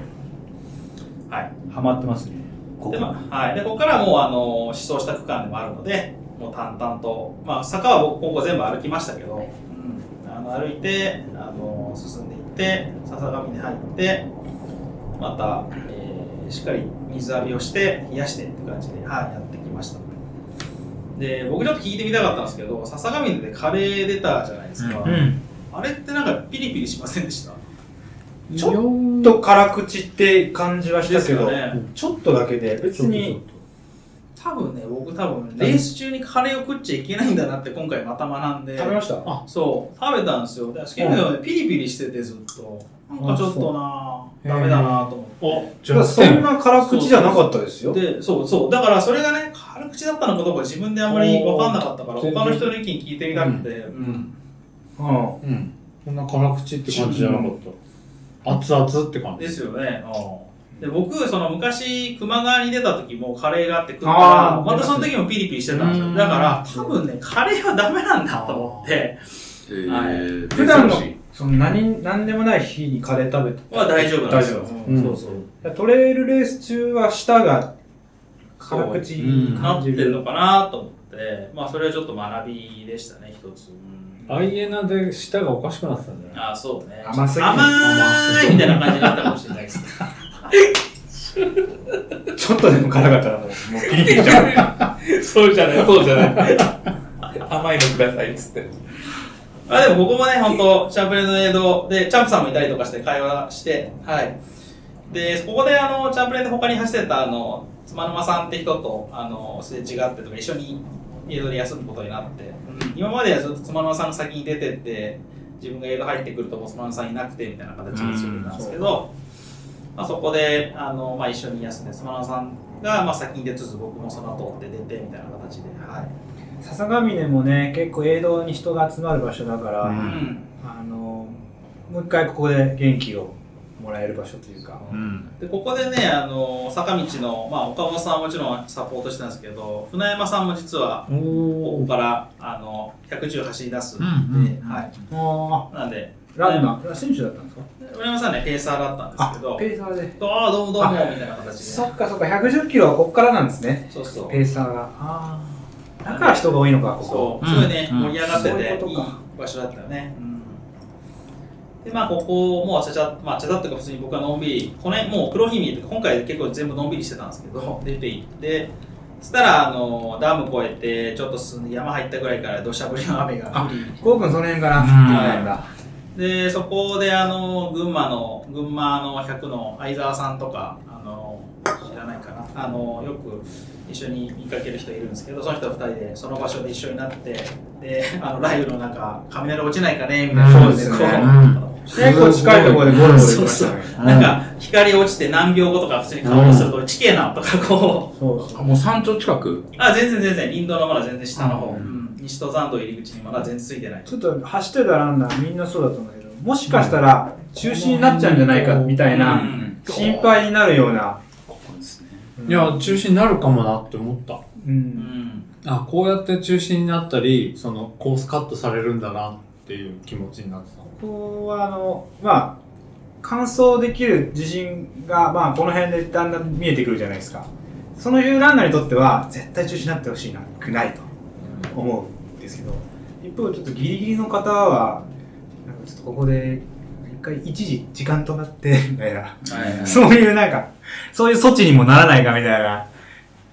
はい。ハマってますね。こで、まあ、はい。で、ここからもう、あの、思想した区間でもあるので、もう淡々と、まあ、坂は僕、ここ全部歩きましたけど、うん、あの歩いて、あの、進んでいって、笹上に入って、また、えーしっかり水浴びをして、冷やしてって感じで、はい、やってきました。で、僕ちょっと聞いてみたかったんですけど、笹上でカレー出たじゃないですか。うん。あれってなんかピリピリしませんでしたちょっと辛口って感じはしたけど、ですよねちょっとだけで、別に、多分ね、僕多分、レース中にカレーを食っちゃいけないんだなって今回また学んで。食べましたあ、そう、食べたんですよ。だけどね、ピリピリしててずっと。なんかちょっとなぁ、ダメだなぁと思じゃあそんな辛口じゃなかったですよ。って。で、そうそう。だからそれがね、軽口だったのかどうか自分であんまり分かんなかったから、全然他の人の意見聞いてみたくて、うん。うん。うん。こんな辛口って感じじゃなかった。熱々って感じ。ですよね。で、僕、その昔、熊川に出た時もカレーがあって食ったら、あーまたその時もピリピリしてたんですうよ。んだから、多分ね、カレーはダメなんだと思って、えー、普段の珍しい、その何、何でもない日にカレー食べて。は大丈夫なんですよ。大丈夫うんそうそう。トレイルレース中は舌が辛口にな感っじてるのる。かなと思って、まあ、それはちょっと学びでしたね、一つ。うんアイエナで舌がおかしくなってたんじゃないあそうね。甘すぎる甘ーいみたいな感じになったかもしれないです。ちょっとでも辛かったらもう、もうピリピリしちゃう。そうじゃ ないそうじゃない甘いのくださいっつってまあでもここもね、本当チャンプレーの映像で、チャンプさんもいたりとかして会話して、はい。で、ここであの、チャンプレーで他に走ってたあの、妻沼さんって人と、あの、すれ違ってとか、一緒に映像で休むことになって、今まではずっと妻沼さんが先に出てって、自分が映像入ってくるともう妻沼さんいなくてみたいな形にしてたんですけど、まあ、そこで、あの、まあ一緒に休んで、妻沼さんが、まあ先に出つつ、僕もその後追って出てみたいな形で、はい。笹ヶ峰もね、結構映像に人が集まる場所だから、うんあの、もう一回ここで元気をもらえる場所というか。うん。でここでね、あの坂道の、まあ、岡本さんはもちろんサポートしてたんですけど、船山さんも実は、ここからあの110走り出すんで、うんはい、あなんで、あ、ランナー、選手だったんですか船山さんね、ペーサーだったんですけど、ペーサーで。ああ、どうもどうもあみたいな形でそ、っかそっか、110キロはここからなんですね。そうそう、ペーサーが。ああ。だから人が多いのか、ここ。そう、すごいね、うん盛り上がってそういてう、こといいか場所だったよね。うんで、まあ、ここも、ちゃちゃ、まあ、ちゃちゃっていうか、普通に僕はのんびり、この辺、もう黒姫とか、今回結構全部のんびりしてたんですけど、出て行って、そしたら、あの、ダム越えて、ちょっと進んで、山入ったぐらいから土砂降りの雨が降り、こうくんその辺から。うんなんだ。で、そこで、あの、群馬の、群馬の100の相沢さんとか、あの、知らないかな、あの、よく一緒に見かける人いるんですけど、その人二人で、その場所で一緒になって、で、あの、雷雨の中、雷落ちないかね、みたいなそうですねこ結構近いところでゴロゴロ行きましたね。うなんか、光落ちて何秒後とか普通に顔をすると、地形なとか、こう、そうそう。あもう山頂近くあ、全然全然、林道のまだ全然下の方、うん西登山道入り口にまだ全然ついてない。ちょっと走ってたランナーみんなそうだと思うけど、もしかしたら中止になっちゃうんじゃないかみたいうんな心配になるような。ここですね。いや、中止になるかもなって思った。う。うんんあ、こうやって中止になったり、そのコースカットされるんだなっていう気持ちになってた。ここはあの、まあ、完走できる自信が、まあ、この辺でだんだん見えてくるじゃないですか。そのいうランナーにとっては、絶対中止になってほしいな、くないと思うんですけど、一方、ちょっとギリギリの方は、なんかちょっとここで、一回一時時間止まって、みたいな。はいはいそういうなんか、そういう措置にもならないかみたいな、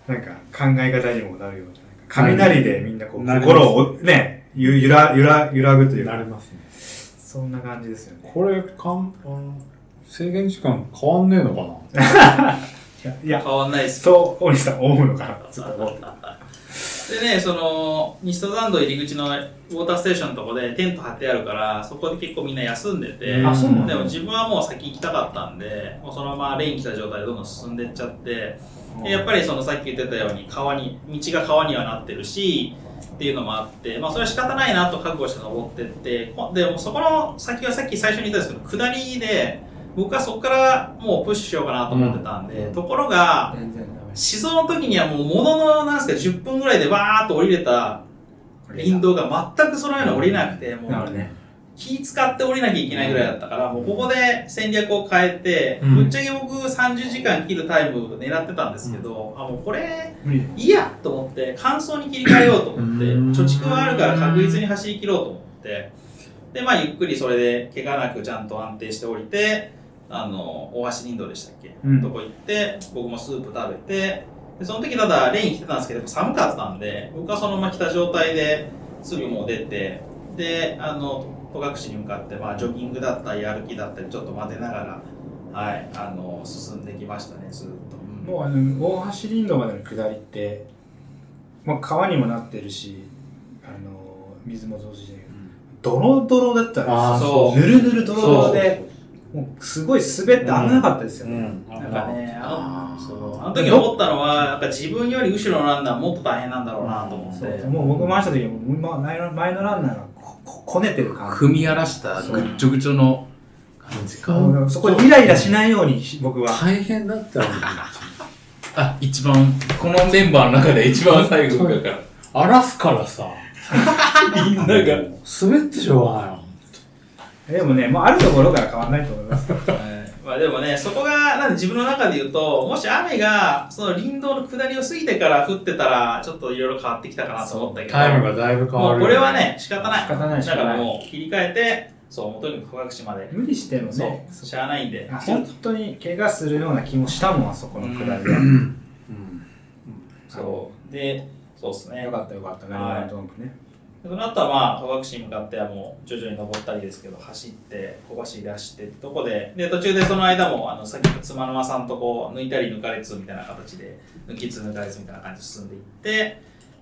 なんか考え方にもなるような。雷でみんなこう、なります心をね、ゆ揺ら、揺ら、揺らぐというなかり、ますね。そんな感じですよね。これ、かん、あの制限時間変わんねえのかないや、いや変わんないですそう、大西さん思うのかな、ちょっと思って。ででね、その、西登山道入り口のウォーターステーションのとこでテント張ってあるから、そこで結構みんな休んでて、あそうなんでだも自分はもう先行きたかったんで、もうそのままレイン来た状態でどんどん進んでっちゃって、でやっぱりそのさっき言ってたように川に、道が川にはなってるし、っていうのもあって、まあそれは仕方ないなと覚悟して登ってって、こでもそこの先はさっき最初に言ったんですけど、下りで、僕はそこからもうプッシュしようかなと思ってたんで、ところが、全然ダメ。思想の時にはもうもののなんですか10分ぐらいでバーッと降りれた林道が全くそのような降りなくてもなるうほどね。気使って降りなきゃいけないぐらいだったからもうここで戦略を変えてうんぶっちゃけ僕30時間切るタイムを狙ってたんですけどあもうこれ無理だいいやと思って乾燥に切り替えようと思ってうん貯蓄があるから確実に走り切ろうと思ってでまあゆっくりそれで怪我なくちゃんと安定して降りてあの大橋林道でしたっけ、うんとこ行って僕もスープ食べてでその時ただレイン来てたんですけど寒かったんで僕はそのまま来た状態ですぐもう出てであの戸隠に向かって、まあ、ジョギングだったり歩きだったりちょっと待てながら、はい、あの進んできましたねずっと。もうあの大橋林道までの下りって、まあ、川にもなってるしあの水も増水してるドロドロだったんあでそうすよぬるぬるドロドロでもうすごい滑って危なかったですよね、ん。なんかね、あのあーそうあの時思ったのは、やっぱ自分より後ろのランナーもっと大変なんだろうなと思って。そうもう僕回した時はもうま前の前のランナーがこここねてる感じ組み荒らしたぐっちょぐちょの感じか。もうそこでイライラしないようにし僕は大変だったのに。あ、一番、このメンバーの中で一番最後だから。荒らすからさ。みんなが。滑ってしょうがないの。でもねもうあるところから変わらないと思いますまあでもね、そこが、なんで自分の中で言うと、もし雨が、その林道の下りを過ぎてから降ってたら、ちょっといろいろ変わってきたかなと思ったけど、タイムがだいぶ変わもる。うこれは。ね、仕方ない。仕方ない仕だ方かないらもう切り替えて、そう、もうとにかく戸隠まで。無理してもねそう、しゃあないんで。あ本当に怪我するような気もしたもんあそこの下りは、そう。で、そうですねよ。かったよかったなはいなるほどねでその後はまあ戸隠に向かってはもう徐々に登ったりですけど走って小走り出してってとこでで途中でその間もあのさっきの妻沼さんとこう抜いたり抜かれつみたいな形で抜きつ抜かれつみたいな感じで進んでいって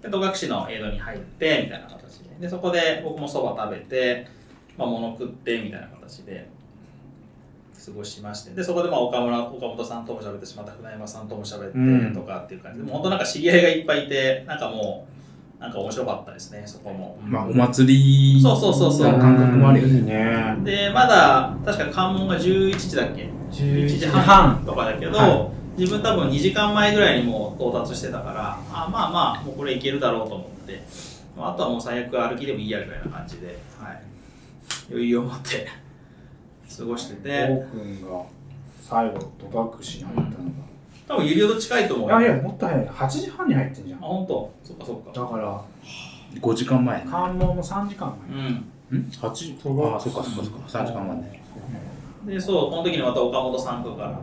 で戸隠の江戸に入ってみたいな形ででそこで僕もそば食べて、まあ、物食ってみたいな形で過ごしましてでそこでまあ岡村岡本さんとも喋ってしまった船山さんとも喋ってとかっていう感じで、もう本当なんか知り合いがいっぱいいてなんかもうなんか面白かったですねそこも。まあ、お祭りそうそうそうそう感覚もあるよね。ね。ねでまだ確か関門が11時だっけ11 11時時半半とかだけど、は自分多分2時間前ぐらいにもう到達してたからあまあまあもうこれいけるだろうと思ってまああとはもう最悪歩きでもいいやぐらいな感じで、はい、余裕を持って 過ごしてでて王くんが最後戸隠に入ったの多分有料度近いと思うよが、いやいあやもっと早い8時半に入ってんじゃんだ本当そっかそっかか5時間前ら。関門も3時間前うんん ?8 時ああ、そっかそっかそっか。3時間前ね。でそうこの時にまた岡本さんとから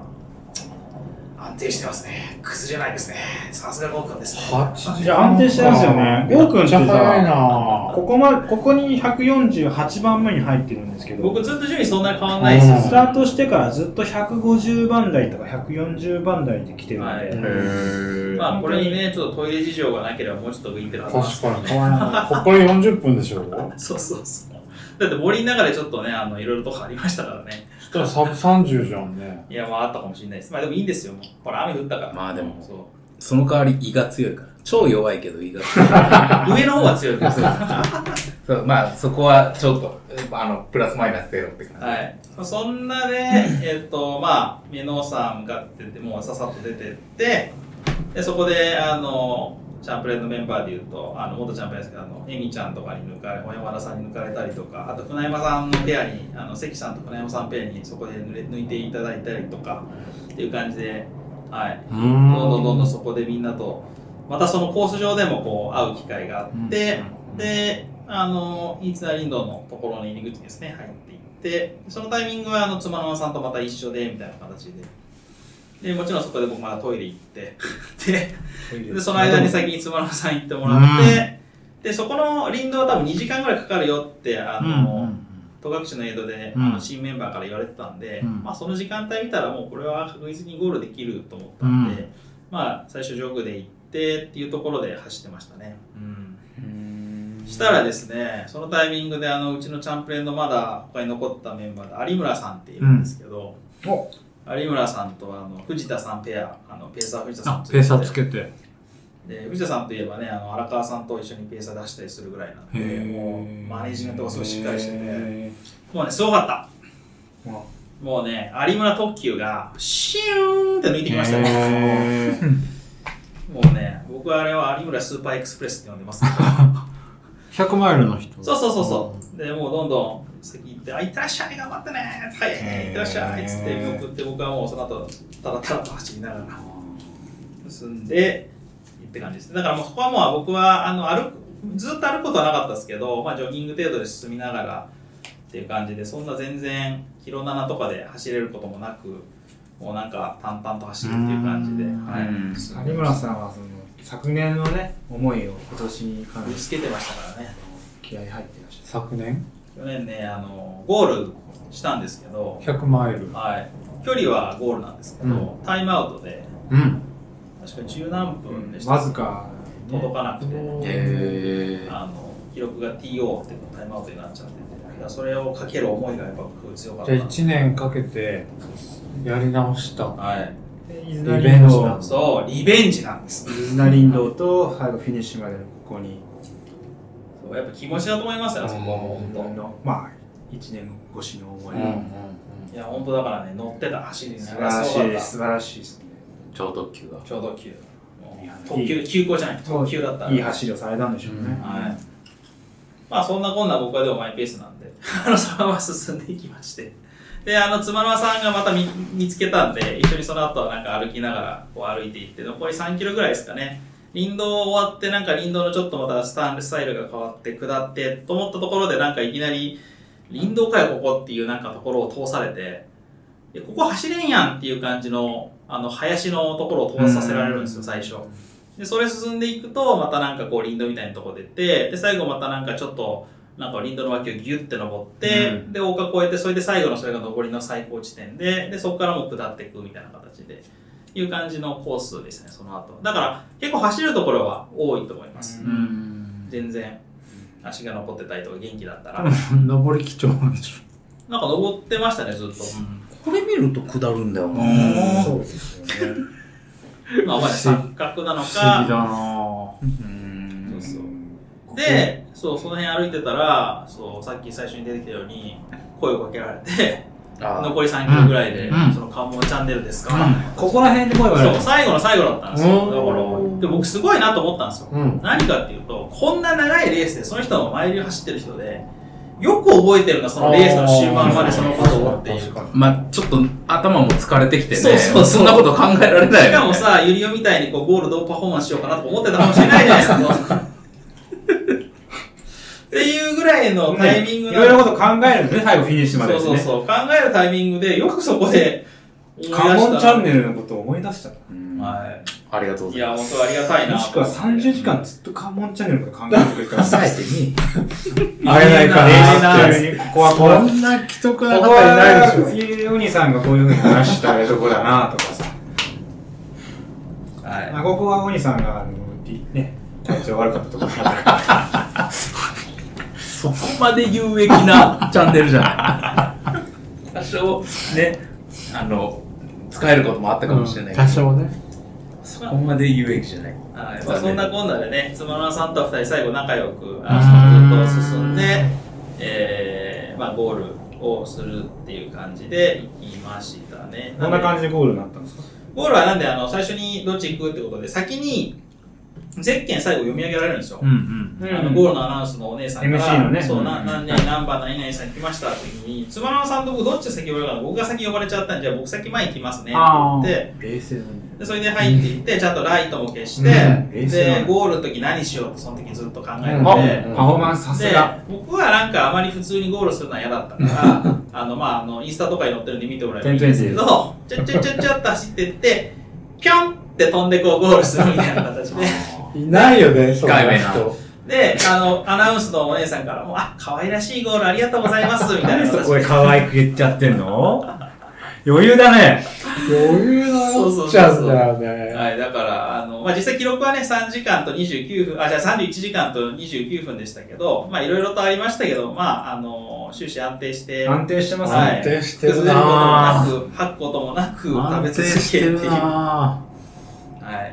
安定してますね崩れないですねさすがゴーくんですね8時いや安定してますよねゴーくんってさめっちゃ早いなここまここに148番目に入ってるんですけど僕ずっと順位そんなに変わんないですよ、うんスタートしてからずっと150番台とか140番台で来てるんで、はいへまあこれにね、ちょっとトイレ事情がなければもうちょっと浮いてるはずなんです確かに変わらない。ここから40分でしょそうそうそう。だって森の中でちょっとね、あの、いろいろとこありましたからね。そしたらサブ30じゃんね。いや、まああったかもしれないです。まあでもいいんですよ。もうほら、雨降ったから。まあでもそその代わり胃が強いから。超弱いけど胃が 強い。う。上の方は強いです。はそうまあ、そこはちょっと、あの、プラスマイナスゼロって感じ。い。まあそんなで、えっと、まあ、目のさ向かってって、もうささっと出てって、で、そこで、あの、チャンプレーのメンバーで言うと、あの、元チャンプレーですけど、あの、エミちゃんとかに抜かれ、小山田さんに抜かれたりとか、あと、船山さんのペアに、あの、関さんと船山さんペアに、そこで抜れ抜いていただいたりとか、っていう感じで、はい。うどんどんどんどんん。そこでみんなとまたそのコース上でもこう会う機会があって、であのイーツナリンドのところの入り口ですね入っていってそのタイミングはあの妻の間さんとまた一緒でみたいな形ででもちろんそこで僕まだトイレ行ってででその間に先に妻の間さん行ってもらって、でそこの林道は多分2時間ぐらいかかるよってあの、戸隠のエイドで、うんあの新メンバーから言われてたんで、うんまあ、その時間帯見たらもうこれは確実にゴールできると思ったんで、まあ、最初ジョグで行っってっていうところで走ってましたね。うん。うんしたらですね、そのタイミングであのうちのチャンプレーのまだ他に残ったメンバーで有村さんっていうんですけど、うんお有村さんとあの藤田さんペア、あのペーサー藤田さんあ、ペーサーてつけて。へで藤田さんといえばねあの荒川さんと一緒にペーサー出したりするぐらいなんでーもうマネジメントがすごいしっかりしててへもうねすごかったうわもうね有村特急がシューンって抜いてきましたねへーもうね僕はあれは有村スーパーエクスプレスって呼んでますけど100マイルの人。そうそうそうそうでもうどんどん先行って「あいってらっしゃい頑張ってね」はいいってらっしゃい」っつって見送って僕はもうその後ただただと走りながら進んでって感じですねだからもうそこはもう僕はあの歩くずっと歩くことはなかったですけど、まあ、ジョギング程度で進みながらっていう感じでそんな全然キロ7とかで走れることもなくもうなんか淡々と走るっていう感じで、うんはい、進んで有村さんはその昨年のね思いを今年にかなぶりつけてましたからね気合い入ってらっし昨年去年ねあのゴールしたんですけど、 100マイル。はい、距離はゴールなんですけど、うタイムアウトでうん。確か十何分ゃでるし、したわずか届かなくて、えあの記録が TO っていうタイムアウトになっちゃってて、いやそれをかける思いがやっぱ僕強かっじたゃあな。 1年かけてやり直した。はい。イズナリンドリベンジそう、リベンジなんです。イズナリンドと最後フィニッシュまでのここにそうやっぱ気持ちだと思いますよ、そこは本当。のまあ1年越しの思い、いや、本当だからね、乗ってた走りに素晴らしいです素晴らしいですね超特急が。ちょうど急。もういや特急、急行じゃない、特急だった。いい走りをされたんでしょうね、うんはい。まあそんなこんな僕はでもマイペースなんで、 あの、そのまま進んでいきまして。で、あの、つまらさんがまた見見つけたんで、一緒にその後はなんか歩きながらこう歩いていって、残り3キロぐらいですかね。林道終わって、なんか林道のちょっとまたスタンスタイルが変わって、下って、と思ったところでなんかいきなり、林道かよ、ここっていうなんかところを通されて、でここ走れんやんっていう感じの、あの、林のところを通させられるんですよ、最初。で、それ進んでいくと、またなんかこう、林道みたいなとこ出て、で、最後またなんかちょっと、なんか林道の脇をギュッて登って、うんで、丘越えて、それで最後のそれが上りの最高地点で、で、そこからもう下っていくみたいな形で、いう感じのコースですね、その後。だから、結構走るところは多いと思います。うん。全然、足が残ってたりとか元気だ ったら。登り基調なんでしなんか登ってましたね、ずっと。これ見ると下るんだよょ。な。うんそうですよねまあ、まあ錯覚なの不思議だか。なうそんうそうで、そう、その辺歩いてたら、そう、さっき最初に出てきたように、声をかけられて、あ残り3キロぐらいで、うんその関門チャンネルですか、ぁ。ここら辺で声がそう、最後の最後だったんですよ。だうんから、で僕すごいなと思ったんですよ。うん。何かっていうと、こんな長いレースで、その人の前流走ってる人で、よく覚えてるな、そのレースの終盤までそのことをっていう。確かにまあちょっと頭も疲れてきてね。そうそうそうそんなこと考えられない。しかも、さ、ゆりおみたいにこうゴールドパフォーマンスしようかなとか思ってたかもしれないじゃないですか。っていうぐらいのタイミングいなのろいろなこと考えるんですね最後フィニッシュまでそうですねそうそう。考えるタイミングで、よくそこで思い出したカモンチャンネルのことを思い出したうんはありがとうごい。いざいや、ます。本当ありがたいな。もしくは30時間ずっと関門チャンネルのこと考えてくれたらえてに。会えないかなーっ練て。習中にここはこうそんな既得こなこ方いないでしょは。ゆにさんがこういうふうに話したとこだなとかさはい。まあここはおにさんがあのりね体調悪かったところだからそこまで有益なチャンネルじゃない。多少、ね、あの、使えることもあったかもしれないけど、多少ね。そこまで有益じゃない。はいまあ、そんなこんなでね、つまらなさんと二人最後仲良く、うんあずっと進んで、えーまあ、ゴールをするっていう感じで行きましたね。こんな感じじでゴールになったんですかゴールはなんであの最初にどっち行くってことで、先にゼッケン最後読み上げられるんですよ。うんうん。あのゴールのアナウンスのお姉さんから、 MC のねそう、うな何々何番何々さん来ましたって時に、つまらなさんと僕どっち先呼ばれるかな僕が先呼ばれちゃったんでじゃあ僕先前行きますねって言って、冷静だねでそれで入っていって、ちゃんとライトも消して、うん冷静だでね、ゴールの時何しようってその時ずっと考えてて、うんあパフォーマンスさすでが僕はなんかあまり普通にゴールするのは嫌だったから、あの、まあ、あの、インスタとかに載ってるんで見てもらえばいいんですけど、ちょちょちょちょっと走ってって、ピョンって飛んでこうゴールするみたいな形で、いないよね、そんな控えめ人。で、あの、アナウンスのお姉さんからも、あ、可愛らしいゴールありがとうございます、みたいな何形そで。こで可愛く言っちゃってんの余裕だね余裕なっちゃうんだよね。はい、だから、あのの、まあ、実際記録はね、3時間と29分、あ、じゃあ31時間と29分でしたけど、まあ、いろいろとありましたけど、まあ、あの、終始安定して、安定してますね。はい安定して崩るれることもななぁ。く、吐くこともなく、食べ安定続しけててってるいう。は。ない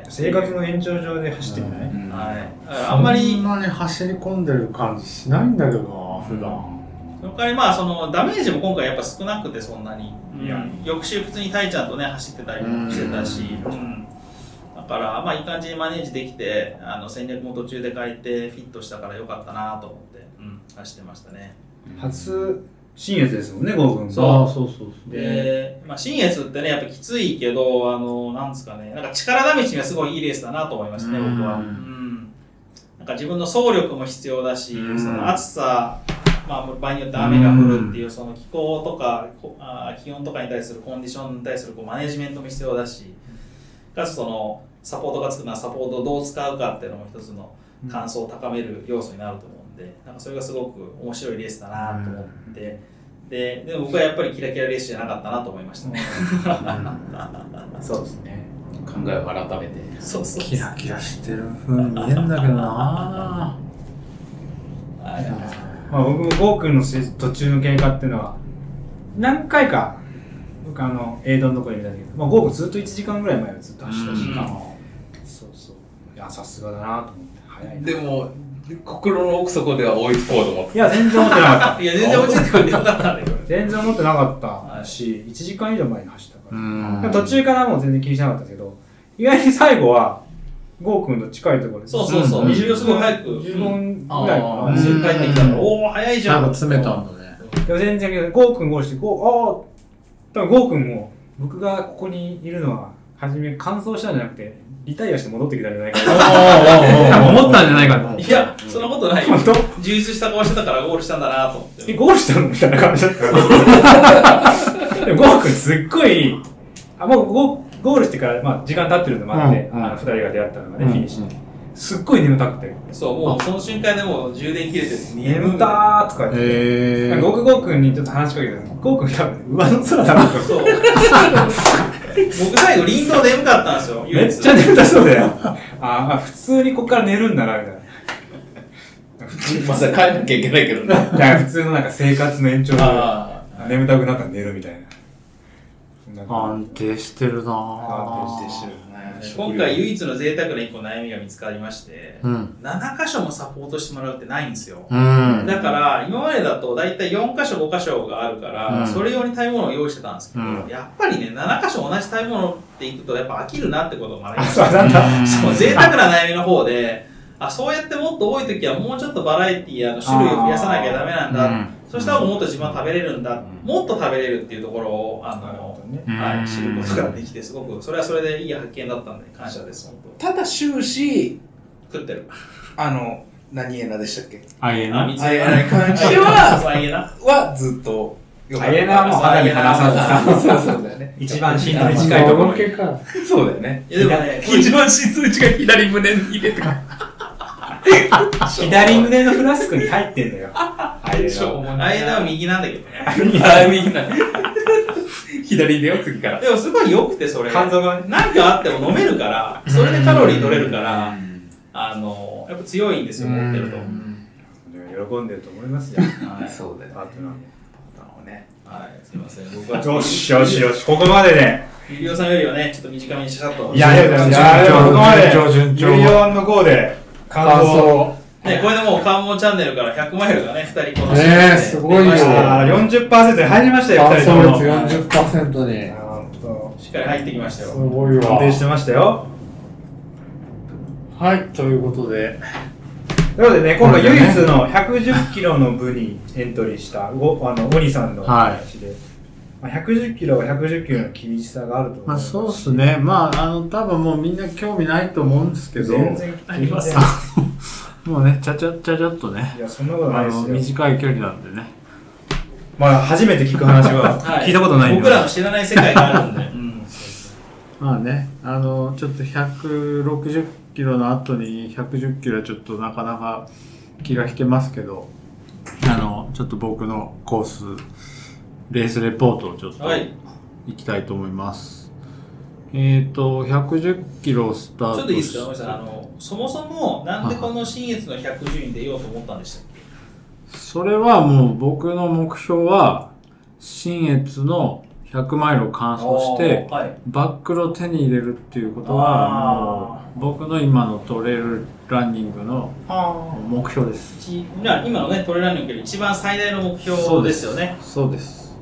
生活の延長上で走ってみない、うんはい。だかぁ。らあんまそんり、なに走り込んでる感じしないんだけどな普段。その代わりまあ、その、ダメージも今回やっぱ少なくて、そんなに。いや翌週普通にタイちゃんとね、走ってたりもしてたし、うんだから、まあ、いい感じにマネージできて、あの、戦略も途中で変えて、フィットしたから良かったなと思って、うん、走ってましたね。初新越ですもんね、ゴー君。そうあ、そうそうそう。で、まあ、新越ってね、やっぱきついけど、あの、なんですかね、なんか力試しにはすごいいいレースだなと思いましたね、うん僕は。うん。なんか自分の走力も必要だし、うんその暑さ、まあ、場合によって雨が降るっていう、その気候とか、こあー気温とかに対するコンディションに対するこうマネジメントも必要だし、かつその、サポートがつくのはサポートをどう使うかっていうのも一つの感想を高める要素になると思うんで、なんかそれがすごく面白いレースだなと思って、で、でも僕はやっぱりキラキラレースじゃなかったなと思いましたね。そうですね。考えを改めて。 そうそうキラキラしてる風に見えんだけどなはいまあ僕もゴー君のせ途中の経過っていうのは、何回か、僕あの、エイドのとこに見たんだけど、まあゴー君ずっと1時間ぐらい前はずっと走ってたし、そうそう。いや、さすがだなと思って、早いな。でも、心の奥底では追いつこうと思って。いや、全然思ってなかっ いや、全然落ちてくるんでよかったんだけど。た。全然思ってなかったし、1時間以上前に走ったから。うんでも途中からもう全然気にしなかったんですけど、意外に最後は、ゴー君と近いところで、そうそうそう。うん20秒すごい早く。 10うん分ぐらいかあなー。帰ってきたから、おお、早いじゃなんん。か詰めたんだね。でも全然、ゴー君ゴールして、ゴー、ああ、多分ゴー君も、僕がここにいるのは、初め乾燥したんじゃなくて、リタイアして戻ってきたんじゃない か な。多分思ったんじゃないかな。いや、そんなことないよ本。当充実した顔してたからゴールしたんだなと思って。え、ゴールしたのみたいな感じだったから。でもゴー君すっごい、あ、もうゴーゴールしてから、まあ、時間経ってるのもあって、うんうんあの、二人が出会ったのがね、フィニッシュ。すっごい眠たくて、そう、もうその瞬間でもう充電切れてる。眠たーとか言って、へなんか僕ゴー君にちょっと話しかけたら、ゴー君多分、上の空だなと。そう。僕最後、林道眠かったんですよ、め唯っ一。ちゃ眠たそうだよ。あー、まあ、普通にここから寝るんだな、みたいな。まさか帰んなきゃいけないけどね。だから普通のなんか生活の延長で、あ眠たくなったら寝るみたいな。そんな感安定してるなぁ。安定してる今回唯一の贅沢な一個悩みが見つかりまして、うん。 7箇所もサポートしてもらうってないんですよ。うん。だから、今までだと大体4箇所、5箇所があるから、うんそれ用に食べ物を用意してたんですけど、うんやっぱりね、7箇所同じ食べ物っていくと、やっぱ飽きるなってことを学びまじ。あ、しそうた。なんだ。そう、贅沢な悩みの方で、あ、そうやってもっと多い時はもうちょっとバラエティやあの種類を増やさなきゃダメなんだ。そしたらもっと自分は食べれるんだ、もっと食べれるっていうところを、あなるほの、どね。うんはい、知ることができて、すごく、それはそれでいい発見だったんで、感謝です、本ただ終始、当。食ってる。あの、何エナでしたっけあ、いえな。水 あえない感じは、そうあげな。はずっと良かった。あえなはもう肌身離さずさそうそうだよね。一番心臓に近いところに。か。そうだよね。いや、でもね、 一番心臓近い左胸に入れてか。左胸のフラスクに入ってん だよ。あれの間は右なんだけどね。あ、みんな。左でよ、次から。でもすごい良くてそれ肝臓がね。何かあっても飲めるからそれでカロリー取れるからあのやっぱ強いんですよ持ってると喜んでると思いますよ。はいそうだよね。パートナーもね。はいすいません僕はよしよしよし、ここまでで。ゆりおさんよりはねちょっと短めにしゃっといや、いや、いや、いや、でもここまで。順調順調ユリオンのゴーで、感動。ねこれでもう関門チャンネルから100マイルがね2人このねえすごいよあー40%に入りましたよ、乾2人とも。燥率40%に。あーほんとしっかり入ってきましたすよごいわ安。定してましたよ。はい、ということで。なのでね、今回唯一の110キロの部にエントリーした、ごあの、鬼さんの話で、まあ、110キロは110キロの厳しさがあると思いまあます。そうっすね。まあ、あの、多分もうみんな興味ないと思うんですけど、全然あります もうね、ちゃちゃちゃちゃっとねい、や、そんなことなあいでの、すよ。短い距離なんでね。まあ、初めて聞く話ははい聞いたことないんで。僕らの知らない世界があるんでうんまあね、あの、ちょっと160キロの後に110キロはちょっとなかなか気が引けますけど、あの、ちょっと僕のコース、レースレポートをちょっとはいいきたいと思います。えっ、ー、と、110キロスタートちょっといいですか、ごめんなさい。あかの、そもそも、なんでこの新越の110に出ようと思ったんでしたっけそれはもう僕の目標は、新越の100マイルを完走して、はい。バックルを手に入れるっていうことは、あもう僕の今のトレイルランニングのあ目標です。一じゃあ今のね、トレーラーの一番最大の目標ですよね。そうです。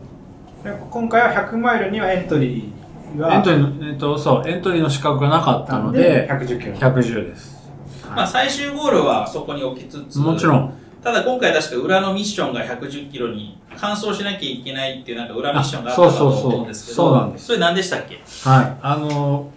あ。で今回は100マイルにはエントリーがエントリーの、えっ、と、そう、エントリーの資格がなかったのでで、 110キロ。 110です。まあ、最終ゴールはそこに置きつつ、もちろん、ただ今回確か裏のミッションが110キロに完走しなきゃいけないっていうなんか裏ミッションがあったかと思うんですけど、あそうそうそうそうなんですそれ何でしたっけはい、あの、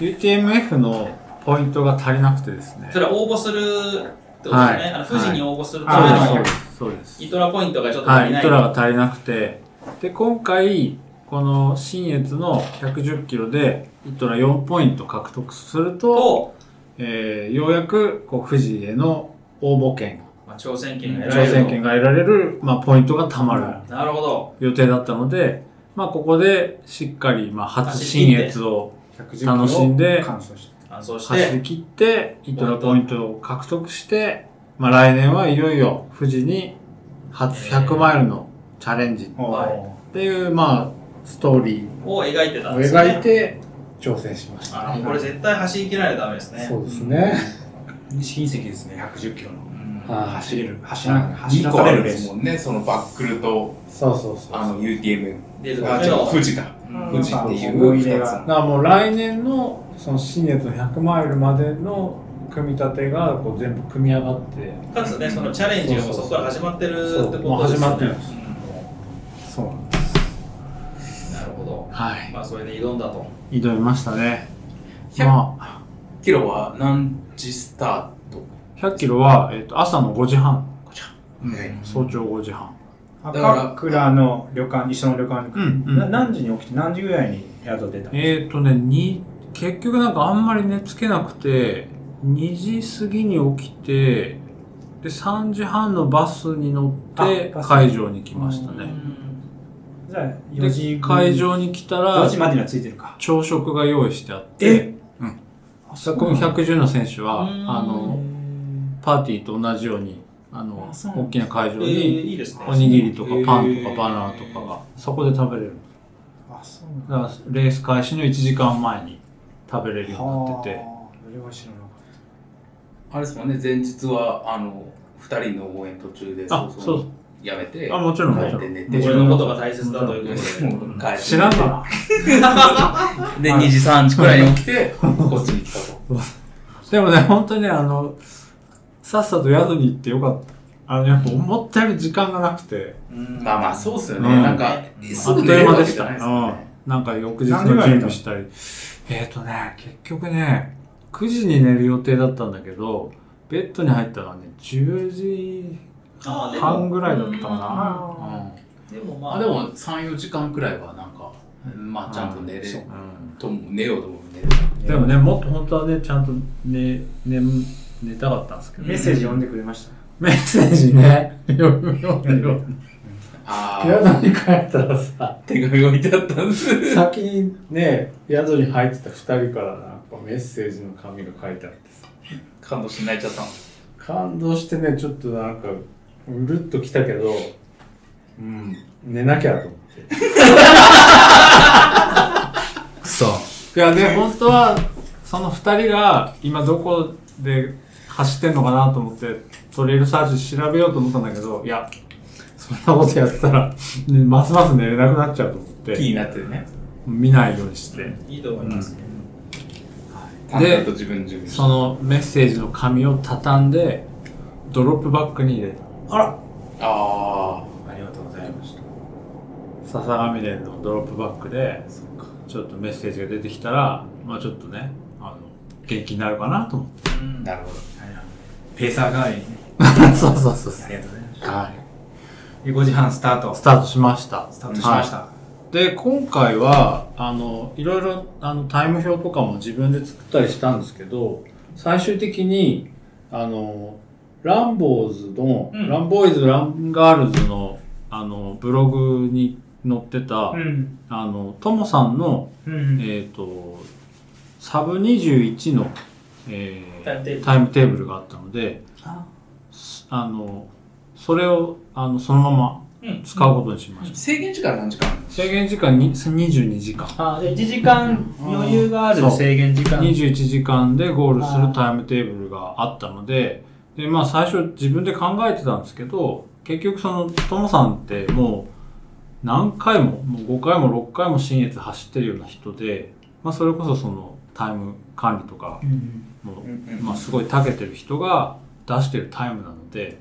UTMF のポイントが足りなくてですね。それは応募するってことですよね。はいあの富士に応募するためはのそいうです、そうです。イトラポイントがちょっと足はりい、ない。イトラが足りなくて、で、今回、この新越の110キロで、イトラ4ポイント獲得すると、と、えーようやく、こう、富士への応募権、まあ、挑戦権が得ら挑れると戦権が得られる、まあ、ポイントが貯まるなるほど。予定だったので、まあ、ここで、しっかり、まあ、初新越を110キロ。楽しんで完走して。完走し走て、り切って、イトラポイントを獲得して、まあ、来年はいよいよ、富士に、初100マイルのチャレンジおはっていう、まあ、ストーリーを描いてたんをですね。描いて、挑戦しましあのこれ絶対走り切らないとダメですね。そうですね。隕石ですね、110キロの。うん走れる、走らあ走2ら個さあれるるんレでーすス。もんね、そのバックルと、そうそうそう。あの、UTM。で、そこあ、で違う、の富士だ。富士っていう思い二出つがだからもう来年の、その新越の100マイルまでの組み立てが、こう全部組み上がって、かつね、そのチャレンジがもうそこから始まってるってことですよね。もう始まってるんでそうなんでうんなるほど。はまあ、それで挑んだと。い。挑みましたね。 100まあ、キロは何時スタート100キロは、えっ、と、朝の5時半、はい早朝5時半。す。赤倉の旅館、一緒の旅館に、うんうんな何時に起きて、何時ぐらいに宿出たのえっ、とね、に、結局なんかあんまり寝つけなくて、2時過ぎに起きて、で、3時半のバスに乗ってあバス会場に来ましたうね。んじゃあ、4時で、会場に来たら4、時までにはついてるか。朝食が用意してあって、あそこのなんだ110の選手は、うんあの、パーティーと同じように、あの、あそう大きな会場えーに、いいですね。おにぎりとかえーパンとかバナナとかが、そこで食べれる。あ、そうなんだだから、レース開始の1時間前に食べれるようになってて、はあそれは知らなかっあれですもんね、前日は、あの、二人の応援途中で、あ、早そ々う、やめて、あ、もちろん、もち帰ろっんて。寝て、俺のことが大切だということで。もう帰って。知らんかで、2時、3時くらいに起きて、こっちに来た と。な。でもね、本当にねあの、さっさと宿に行ってよかった。あの、やっぱ思ったより時間がなくて、うんまあまあ、そうっすよね。うんなんか、あすっとぐ寝いれるう間わでけしじた。ゃないですうんよね。。なんか翌日の準備したり。えっ、とね、結局ね、9時に寝る予定だったんだけど、ベッドに入ったのはね、10時あでも半ぐらいだったかうんな。でもままあ、あでも、3、4時間くらいは、なんか、まあ、ちゃんと寝れそるう。うんとも、寝ようとも寝れでもね、もっと本当はね、ちゃんと寝、寝、寝たかったんですけた。ど、メッセージ読んでくれました。メッセージね、 読むように。ああ、宿に帰ったらさ、手紙置いてあったんです。 先にね、宿に入ってた2人からなんかメッセージの紙が書いてあってさ、感動して泣いちゃったんです。感動してねちょっとなんかうるっときたけどうん寝なきゃと思ってクソ。いやで本当はその2人が今どこで走ってんのかなと思ってトレイルサーチ調べようと思ったんだけどいやそんなことやってたら、ねますます寝れなくなっちゃうと思っ気にてなってね。見ないようにしていいと思います。淡々と自分の準備してそのメッセージの紙を畳んでドロップバッグに入れたあらあありがとうございました。笹上連のドロップバックでちょっとメッセージが出てきたらまあちょっとねあの元気になるかなと思っあ、なるほど。ペーサー代わりにね。 てそうそうそうありがとうございましはた。い5時半スタート。スタートしましたスタートしました。はいで今回はあのいろいろあのタイム表とかも自分で作ったりしたんですけど最終的にあのランボーズの、うんランボーイズランガールズのあのブログに乗ってた、うん。あの、ともさんの、うん。えっ、と、サブ21の、えータイムテーブルタイムテーブルがあったので、すあの、それを、あの、そのままうん使うことにしました。制限時間何時間あるの制限時間に22時間。あ、で、1時間余裕があそるう制限時間。 21時間でゴールするタイムテーブルがあったので、で、まあ最初自分で考えてたんですけど、結局その、ともさんってもう何回も、もう5回も6回も新越走ってるような人で、まあそれこそそのタイム管理とかうん。もう、うんうんまあすごい長けてる人が出してるタイムなので、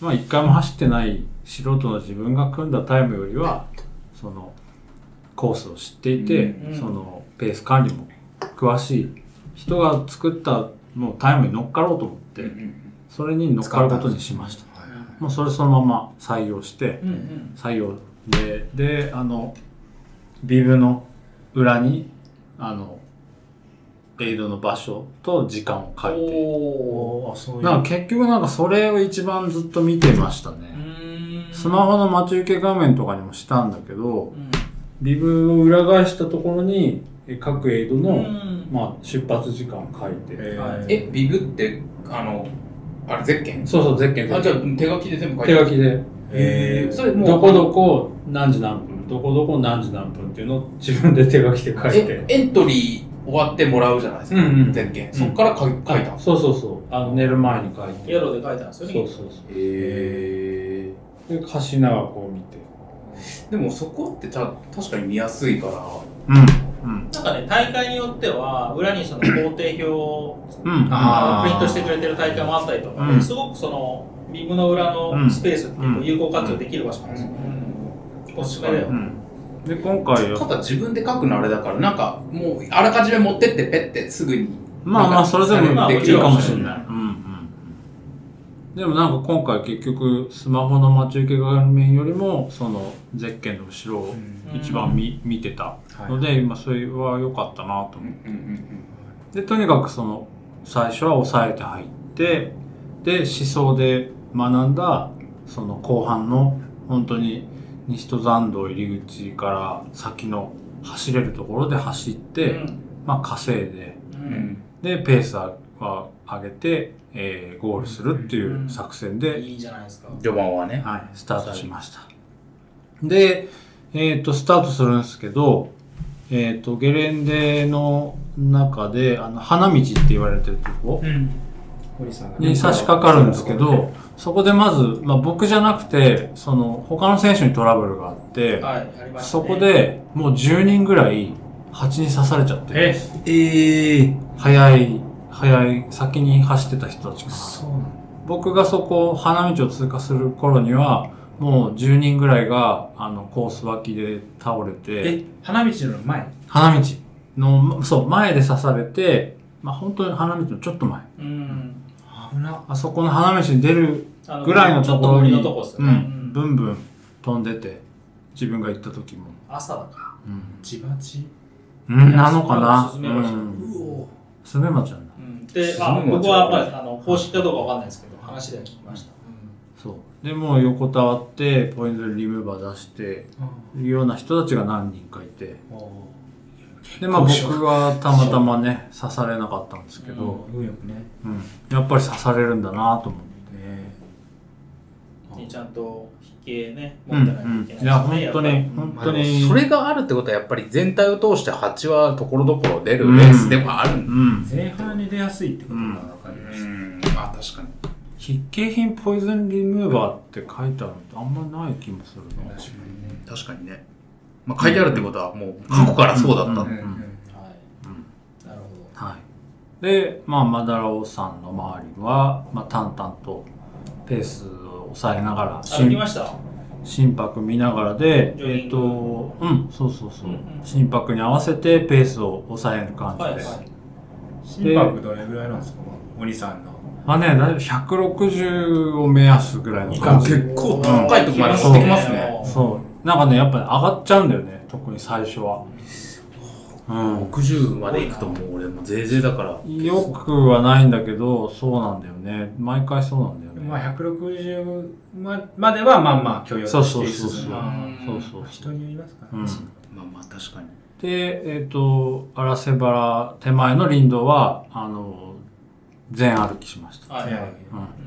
まあ一回も走ってない素人の自分が組んだタイムよりは、そのコースを知っていて、うんうんそのペース管理も詳しい人が作ったもうタイムに乗っかろうと思って、それに乗っかることにしました。た。もうそれそのまま採用して、うんうん。採用で、で、あの、ビブの裏に、あの、エイドの場所と時間を書いて。おー。あ、そうなんか結局なんかそれを一番ずっと見てましたうね。ーん。スマホの待ち受け画面とかにもしたんだけど、ビブを裏返したところに、え各エイドうの、ん。まあ、出発時間を書いて。はいえ、ビブって、あの、あれ、ゼッケンそうそう、ゼッケンゼあ、ッじケゃあン手書きで全部書い手て書きで。えーそれもうどこどこ何時何分、どこどこ何時何分っていうのを自分で手書きで書いえて。エントリー終わってもらうじゃないですか、うんうんゼッケン。そっから書い書いたの。そうそうそう。あの寝る前に書いて。ヤロで書いたんですそうよね。そうそへう。で、歌詞ながこう見て。ーでもそこってた確かに見やすいから、うん。なんかね、大会によっては、裏にその工程表をうん。あのうん。あプーリントしてくれてる大会もあったりとか、うんすごくそのビームの裏のスペースっていうのを有効活用できる場所なんですよ、おすすめだよ、うん。で、今回たは、だ自分で書くのあれだから、なんかもうあらかじめ持ってってペッてすぐに。まあまあ、それでなんもかできるかもしれまない。うんうん。でもなんか今回結局、スマホの待ち受け画面よりも、その、ゼッケンの後ろを一番見見てたので、今それは良かったなとうん思うっんうんて。で、とにかくその、最初は抑えて入って、で、思想で学んだ、その後半の、本当に西登山道入り口から先の走れるところで走って、うんまあ稼いで、ううんうんんで、ペースは上げて、えーゴールするっていう作戦で、いいじゃないですか序盤はね。はい、スタートしました。で、えっ、と、スタートするんですけど、えっ、と、ゲレンデの中で、あの、花道って言われてるとこうん。堀さんがねに差し掛かるんですけど、そこでまず、まあ僕じゃなくて、その、他の選手にトラブルがあって、はいありました、そこでもう10人ぐらい蜂に刺されちゃって、えええ早い、早い、先に走ってた人たちかな。そうなの僕がそこ、花道を通過する頃には、もう10人ぐらいが、あの、コース脇で倒れて、え、花道の前花道の、そう、前で刺されて、まあ本当に花道のちょっと前。うん危な。あそこの花道に出るあぐらいのところに、ちょっと森のとこっすようね、ん、うブンブン飛んでて、自分が行った時も。朝だかう自鉢ん、うん、なのかな。スズメバチうんうおスズメバチなんだ。ら、うん、で、すあ、ごいもん僕は、まちあ、あの、公式かどうかわかんないですけど、話では聞きました。そう。で、もう横たわって、ポイントリムーバー出して、いうような人たちが何人かいて。で、まあ僕結構はたまたまね、刺されなかったんですけど、運よくね。うん。やっぱり刺されるんだなと思って。ねちゃんと、筆形ね、う持ん、っうてないといん。けないいや、本当やっに、本当まあでもに。それがあるってことはやっぱり全体を通して蜂はところどころ出るレースではあるんだ。うん。前半に出やすいってことがわかりました。ん、あ、確かに。筆記品ポイズンリムーバーって書いてあるのってあんまない気もするな。確かにね。確かにね。まあ、書いてあるってことはもう過去からそうだった。ぱうんはい。なるほど。はい。で、まあ、マダラオさんの周りは、まあ、淡々とペースを抑えながら、歩きました心拍見ながらで、ジョえギっングと、うん、そうそうそう、うんうん心拍に合わせてペースを抑える感じはい、はでいす。。心拍どれぐらいなんですか鬼さんの。まあね、だいぶ160を目安ぐらいの感じ。結構高いとこまで持ってきますねそうそう。なんかね、やっぱり上がっちゃうんだよね、特に最初は。うう60まで行くともう俺もうぜいぜいだから。ん。よくはないんだけど、そうなんだよね。毎回そうなんだよね。まあ、160ままではまあまあ許容そうしそてういそうつそうつまあそうそうそう。人によりますからうんね。まあまあ確かに。で、えっ、と、荒瀬原手前の林道は、あの、全歩きしました。はい。はい。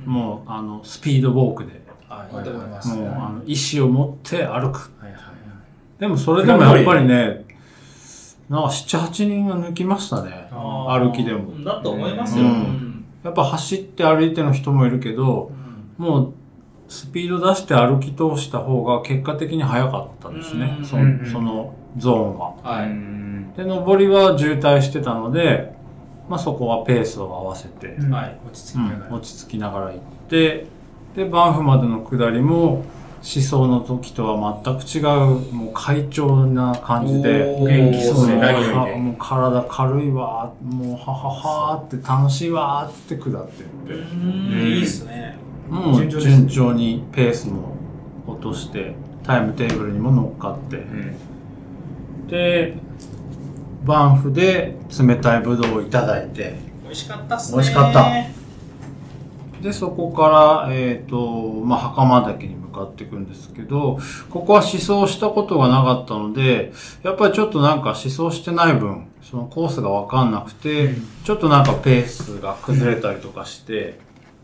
うん、もう、あの、スピードウォークで、行ったことあります。もう、あの、意志を持って歩く。はいはいはい。でも、それでもやっぱりね、なんか、7、8人が抜きましたね。あー歩きでもだと思いますよ。ううんんやっぱ走って歩いての人もいるけど、もう、スピード出して歩き通した方が結果的に早かったですね。うんそうんうんそのゾーンは。はい。で、上りは渋滞してたので、まあそこはペースを合わせて、うんはい落ち着きうながんら。落ち着きながら行って、で、バンフまでの下りも、思想の時とは全く違う、もう快調な感じで、お元ー気そうもでう何よりかで。もう体軽いわ、もうはははーって楽しいわーって下ってって、うんいいっすね。もう順調ですね順調にペースも落として、タイムテーブルにも乗っかって、でバンフで冷たいブドウをいただいて美味しかったっすね。美味しかったでそこから、えーとまあ、袴岳に向かっていくんですけどここは思想したことがなかったのでやっぱりちょっとなんか思想してない分そのコースが分かんなくて、ちょっとなんかペースが崩れたりとかして、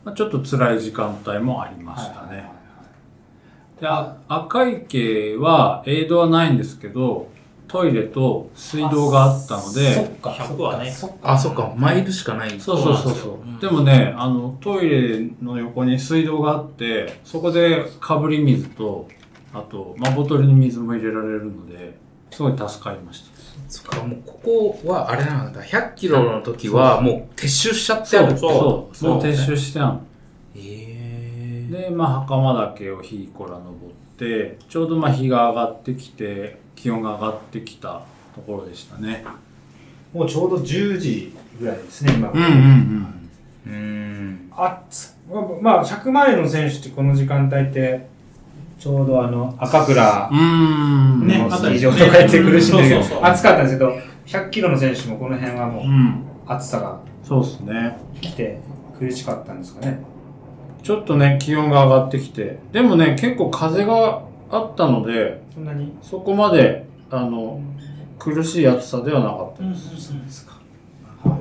まあ、ちょっと辛い時間帯もありましたね。であ赤池はエイドはないんですけどトイレと水道があったのでそっか。 100はね。あ、そっか。マイルしかない。そうそうそうそう、うんでもねあのトイレの横に水道があってそこでかぶり水とあと、まあ、ボトルに水も入れられるのですごい助かりましたそっか。もうここはあれなんだ。100キロの時はもう撤収しちゃってある。そうそうもう撤収してあんええ。で、まあ、袴岳を日から登ってちょうどまあ日が上がってきて気温が上がってきたところでしたねもうちょうど10時ぐらいですね、今。んうーん。あつまあ、100マイルの選手ってこの時間帯って、ちょうどあの、赤倉うんうんね、あスとキー場とか行って苦しんそうそうでるけそうど、暑かったんですけど、100キロの選手もこの辺はもううん暑さがそうですね来て苦しかったんですかね。ちょっとね、気温が上がってきて、でもね、結構風があったので、そんなにそこまで、あの、苦しい暑さではなかった。うん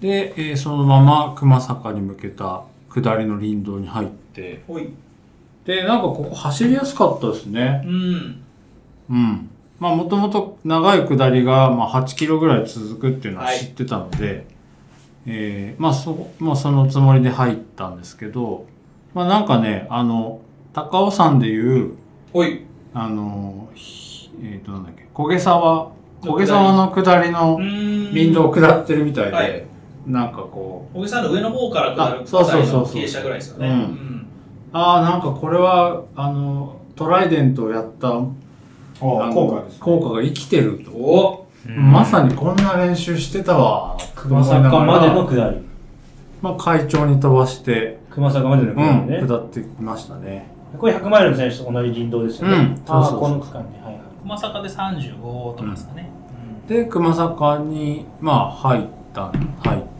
で、えーそのまま熊坂に向けた下りの林道に入って、ほい。で、なんかここ走りやすかったですね。うん。うん。まあ、もともと長い下りが、まあ、8キロぐらい続くっていうのは知ってたので、えーまあ、そ、まあ、そのつもりで入ったんですけど、まあ、なんかね、あの、高尾山でいう、ほい。あの、ひえっ、と、なんだっけ、焦げ沢、焦げ沢の下りのうん林道を下ってるみたいで、はいなんかこう、小木さんの上の方から下あるそうそうそうそう下りの傾斜ぐらいですよね。うんああ、なんかこれは、あの、トライデントをやったあのああ、効果です。効果が生きてると。おまさにこんな練習してたわ。熊坂までの下り。まあ、会長に飛ばして、熊坂までのう下りん、ね。下ってきましたね。これ100マイルの選手と同じ林道ですよね。うんああそうそうそうこの区間で。はいはい。熊坂で35とかですかね。で、熊坂に、まあ、入った、入って、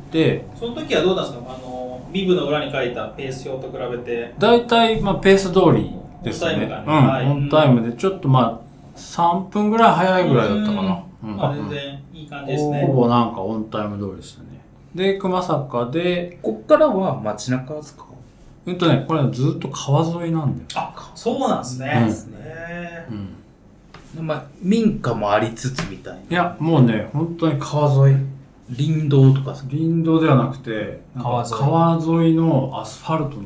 その時はどうなんですかあの、ビブの裏に書いたペース表と比べて。大体、まあ、ペース通りですオンタね。イムだねうん、はいオンタイムで、ちょっとまあ、3分ぐらい早いぐらいだったかな。うんまあ、全然いい感じですね。ほぼなんかオンタイム通りでしたね。で、熊坂で、こっからは街中ですかうんとね、これずっと川沿いなんだよ。あ、そうなんですね。うんですねうん。。まあ、民家もありつつみたいないや、もうね、本当に川沿い。林道とかさ。林道ではなくて、なんか川川沿いのアスファルトの道を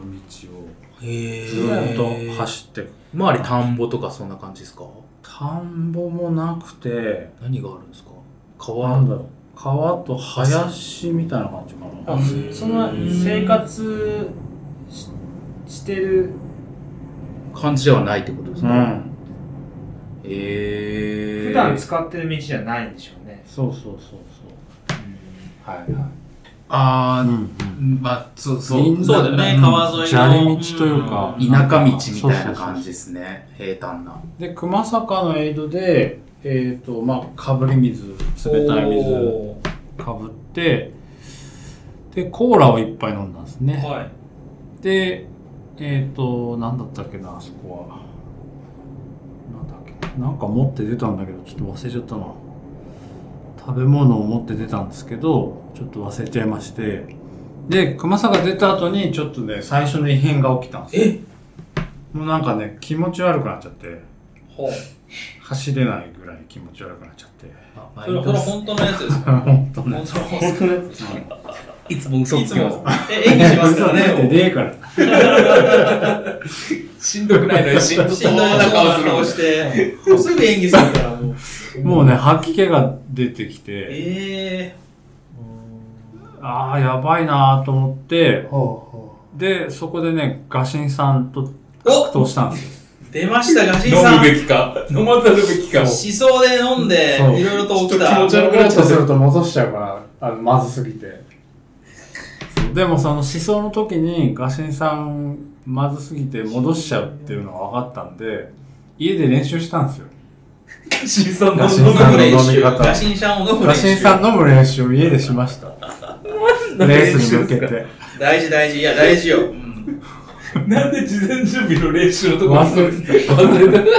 へえ。ずっと走って、周り田んぼとかそんな感じですか田んぼもなくて、何があるんですかな川んだろう、川と林みたいな感じかな。あその生活ししてる感じではないってことですか、うん。へえ。普段使ってる道じゃないんでしょうね。そうそうそうそう。はいはい。あうー、ん。まあ、そうそう。林そうだよね、うん川沿いの。砂利道というかん田舎道みたいな感じですね。平坦な。で、熊坂のエイドで、ええっ、と、まあ、かぶり水、冷たい水おかぶって、で、コーラを一杯飲んだんですね。ーはい。で、えっ、と、なんだったっけな、あそこは。なんだっけな。なんか持って出たんだけど、ちょっと忘れちゃったな。食べ物を持って出たんですけど、ちょっと忘れちゃいまして。で、熊さんが出た後に、ちょっとね、最初の異変が起きたんですよ。もうなんかね、気持ち悪くなっちゃって、ほう。走れないぐらい気持ち悪くなっちゃって。それ、それ本当のやつですか本当本ね。当の本当のやつ。いつも嘘をいつつきますも。、え、演技しますから嘘 ねってね。ねえから。しんどくないのにしんどしそうんどいな顔する顔して、もうすぐ演技するから、もう。もうね、吐き気が出てきて、えああ、やばいなーと思って、ほうほで、そこでね、ガシンさんとー。お格闘したんです出ました、ガシン飲さむん。思べきか、飲まざるべきか。想で飲んでそう、いろいろと起きよ。た。ち悪くなっちゃうすると戻しちゃうから、あの、まずすぎて。でもその思想の時にガシンさんまずすぎて戻しちゃうっていうのが分かったんで、家で練習したんですよ。新さんガのシンさんの飲み方ガシンさんを飲むガ練シン習。さん飲む練習を家でしました。レースに向けて。大事、大事。いや、大事よ。うんなんで事前準備の練習のとこ忘れ忘てれて忘れて